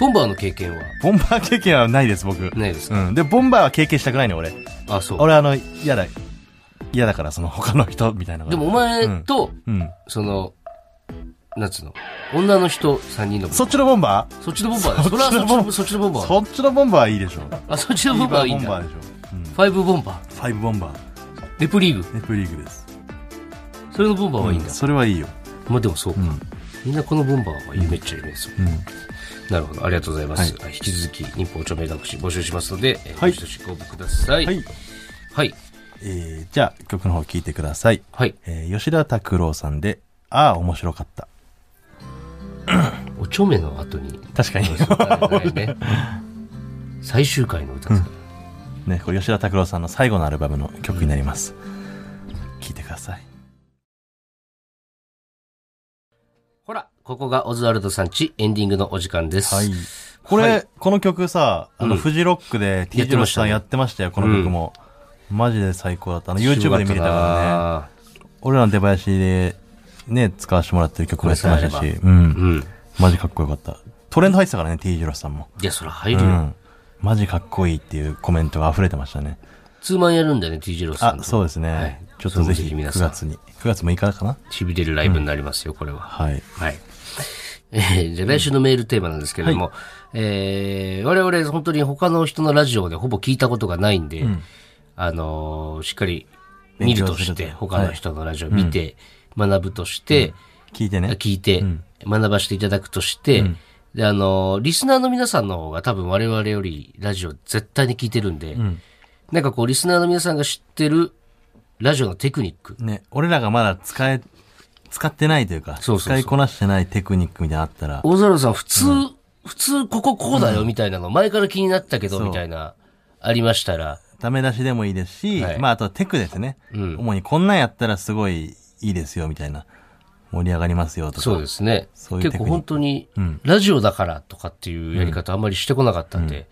Speaker 1: ボンバーの経験は
Speaker 2: ボンバー経験はないです僕、
Speaker 1: ないですか、
Speaker 2: うん、でボンバーは経験したくないの俺
Speaker 1: あ、そう。
Speaker 2: 俺あの嫌だ嫌だからその他の人みたいなの
Speaker 1: で
Speaker 2: が
Speaker 1: もお前と、
Speaker 2: うん、うん
Speaker 1: その、なんつうの、女の人3人のボンバー
Speaker 2: そっちのボンバー
Speaker 1: そっちのボンバーだ。それはそっちのそっちのボンバー。
Speaker 2: そっちのボンバーはいいでしょ
Speaker 1: あ、そっちのボンバーいいん
Speaker 2: ボンバ
Speaker 1: だ。
Speaker 2: ーでしょ、うん、
Speaker 1: ファイブボンバ
Speaker 2: ファイブボンバー
Speaker 1: ー。レプリーグ。
Speaker 2: ネプリーグです
Speaker 1: それのボンバーはいいんだ。
Speaker 2: それはいいよ
Speaker 1: まあでもそうか。
Speaker 2: うん
Speaker 1: みんなこのボンバーは夢っちゃ夢ですよ。
Speaker 2: う
Speaker 1: なるほど。ありがとうございます。引き続き、日本著名学士募集しますので、えー
Speaker 2: はい
Speaker 1: どしどしご応募ください。は。
Speaker 2: んはいい、
Speaker 1: はい。
Speaker 2: えー、じゃあ曲の方聴いてください、
Speaker 1: はい。
Speaker 2: えー、吉田拓郎さんで「ああ面白かった
Speaker 1: おちょめの後に、」
Speaker 2: 確かに
Speaker 1: ね、最終回の歌ですから
Speaker 2: ねこれ吉田拓郎さんの最後のアルバムの曲になります聴いてください
Speaker 1: ほら、ここがオズワルドさんちエンディングのお時間です。
Speaker 2: はいこれ、
Speaker 1: はい
Speaker 2: この曲さあ
Speaker 1: う
Speaker 2: の
Speaker 1: ん
Speaker 2: フジロックで T 字路さんやってましたよこの曲も、マジで最高だったあの YouTube で見れたからね
Speaker 1: ね。
Speaker 2: 俺らの出囃子でね使わせてもらってる曲もやってました
Speaker 1: これ
Speaker 2: しうん
Speaker 1: うん。
Speaker 2: マジかっこよかったトレンド入ってたからね T 字路さんも
Speaker 1: いや、そら入
Speaker 2: う
Speaker 1: るよ。
Speaker 2: ん、マジかっこいいっていうコメントが溢れてましたね。
Speaker 1: ツーマンやるんだよね、TJ ロスさん
Speaker 2: あ
Speaker 1: と。、
Speaker 2: そうですね。
Speaker 1: はい
Speaker 2: ちょっ
Speaker 1: そ
Speaker 2: とぜ
Speaker 1: れもぜひ
Speaker 2: ひ
Speaker 1: 皆
Speaker 2: 9
Speaker 1: さん
Speaker 2: 月に、9月6日かな
Speaker 1: 痺れるライブになりますよ、これは。
Speaker 2: はい。
Speaker 1: はい。えーじゃあ来週のメールテーマなんですけれども、えー我々本当に他の人のラジオでほぼ聞いたことがないんで、あのーしっかり見るとし
Speaker 2: 勉強す
Speaker 1: て、
Speaker 2: ると
Speaker 1: 他の人のラジオを見て、学ぶとして、
Speaker 2: 聞いてね。
Speaker 1: 聞いて、学ばせていただくとして、で、あのーリスナーの皆さんの方が多分我々よりラジオ絶対に聞いてるんで、なんかこう、リスナーの皆さんが知ってるラジオのテクニック、
Speaker 2: ね、俺らがまだ使え、使ってないというか、
Speaker 1: そうそうそう
Speaker 2: 使いこなしてないテクニックみたいなのあったら、
Speaker 1: 大空さん普通、普通こここうだよみたいなの、前から気になったけど
Speaker 2: そう
Speaker 1: みたいな、ありましたら、
Speaker 2: ダメ出しでもいいですし、
Speaker 1: はい
Speaker 2: まああとはテクですね。
Speaker 1: うん
Speaker 2: 主にこんなんやったらすごいいいですよみたいな。盛り上がりますよとか。
Speaker 1: そうですね。
Speaker 2: そういう
Speaker 1: 結
Speaker 2: テ
Speaker 1: 構
Speaker 2: クニック
Speaker 1: 本当に、ラジオだからとかっていうやり方あんまりしてこなかったんで、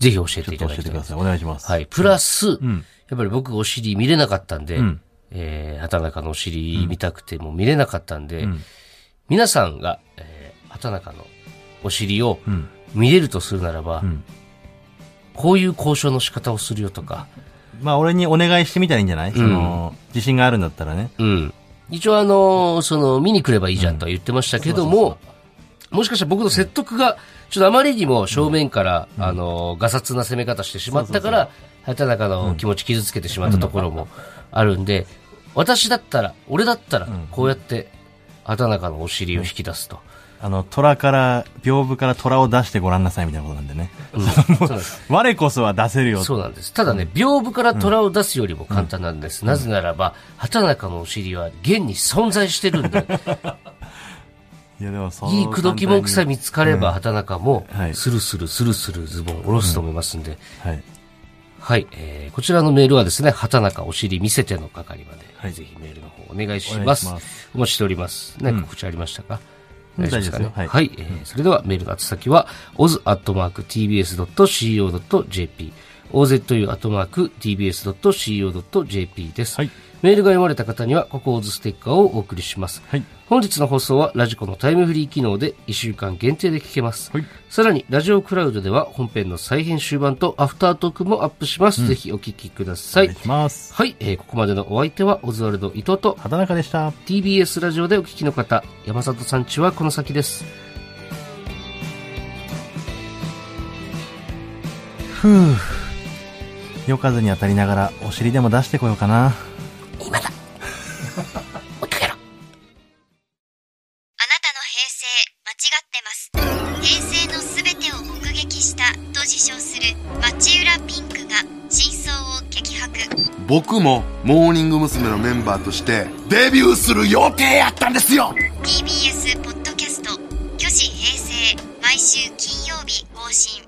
Speaker 1: ぜひ教えてい
Speaker 2: ちょ
Speaker 1: ただ
Speaker 2: っと教
Speaker 1: き
Speaker 2: えて
Speaker 1: たい
Speaker 2: くだ。さい。お願いします。
Speaker 1: はい。プラス、
Speaker 2: ん
Speaker 1: やっぱり僕お尻見れなかったんで、
Speaker 2: ん
Speaker 1: えー、畑中のお尻見たくても見れなかったんで、皆さんが、えー、畑中のお尻を
Speaker 2: ん
Speaker 1: 見れるとするならば、
Speaker 2: ん
Speaker 1: こういう交渉の仕方をするよとか、
Speaker 2: まあ俺にお願いしてみたらいいんじゃない、その、自信があるんだったらね。
Speaker 1: うん。一応あのーその、見に来ればいいじゃんとは言ってましたけども、もしかしたら僕の説得が、ちょっとあまりにも正面から、あのーガサツな攻め方してしまったから、畑中の気持ち傷つけてしまったところもあるんで、私だったら、俺だったら、こうやって、畑中のお尻を引き出すと。
Speaker 2: あの、虎から、屏風から虎を出してごらんなさいみたいなことなんでね。
Speaker 1: うん そうなんです。
Speaker 2: 我こそは出せるよ。
Speaker 1: そうなんです。ただね、屏風から虎を出すよりも簡単なんです。なぜならば、畑中のお尻は現に存在してるんで、
Speaker 2: いやでもそう
Speaker 1: いい口説き文句さえ見つかれば、畑中も
Speaker 2: は、い
Speaker 1: スルスルスルスルズボンを下ろすと思いますんで、
Speaker 2: はい。
Speaker 1: はい、えーこちらのメールはですね、畑中お尻見せての係まで、
Speaker 2: はい
Speaker 1: ぜひメールの方お願いします。
Speaker 2: お
Speaker 1: お
Speaker 2: 願いしま
Speaker 1: 待ちしております。何か告知ありましたか、
Speaker 2: う
Speaker 1: か
Speaker 2: ん大丈夫ですよ
Speaker 1: は、
Speaker 2: はい
Speaker 1: えーそれではメールの宛先は、oz.tbs.co.jp、ozu.tbs.co.jp です。
Speaker 2: はい
Speaker 1: メールが読まれた方には、ここオズステッカーをお送りします。
Speaker 2: はい
Speaker 1: 本日の放送はラジコのタイムフリー機能で1週間限定で聞けます。
Speaker 2: はい
Speaker 1: さらに、ラジオクラウドでは本編の再編集版とアフタートークもアップします。ぜひお聞きくださ
Speaker 2: お
Speaker 1: い。
Speaker 2: 願いします。
Speaker 1: はい、えーここまでのお相手はオズワルド伊藤と
Speaker 2: 畑中でした。
Speaker 1: TBS ラジオでお聞きの方、山里さんちはこの先です。
Speaker 2: ふぅ。夜風に当たりながらお尻でも出してこようかな。
Speaker 4: あなたの平成間違ってます平成のすべてを目撃したと自称する町浦ピンクが真相を激白
Speaker 5: 僕もモーニング娘。のメンバーとしてデビューする予定やったんですよ
Speaker 4: TBS ポッドキャスト「巨子平成」毎週金曜日更新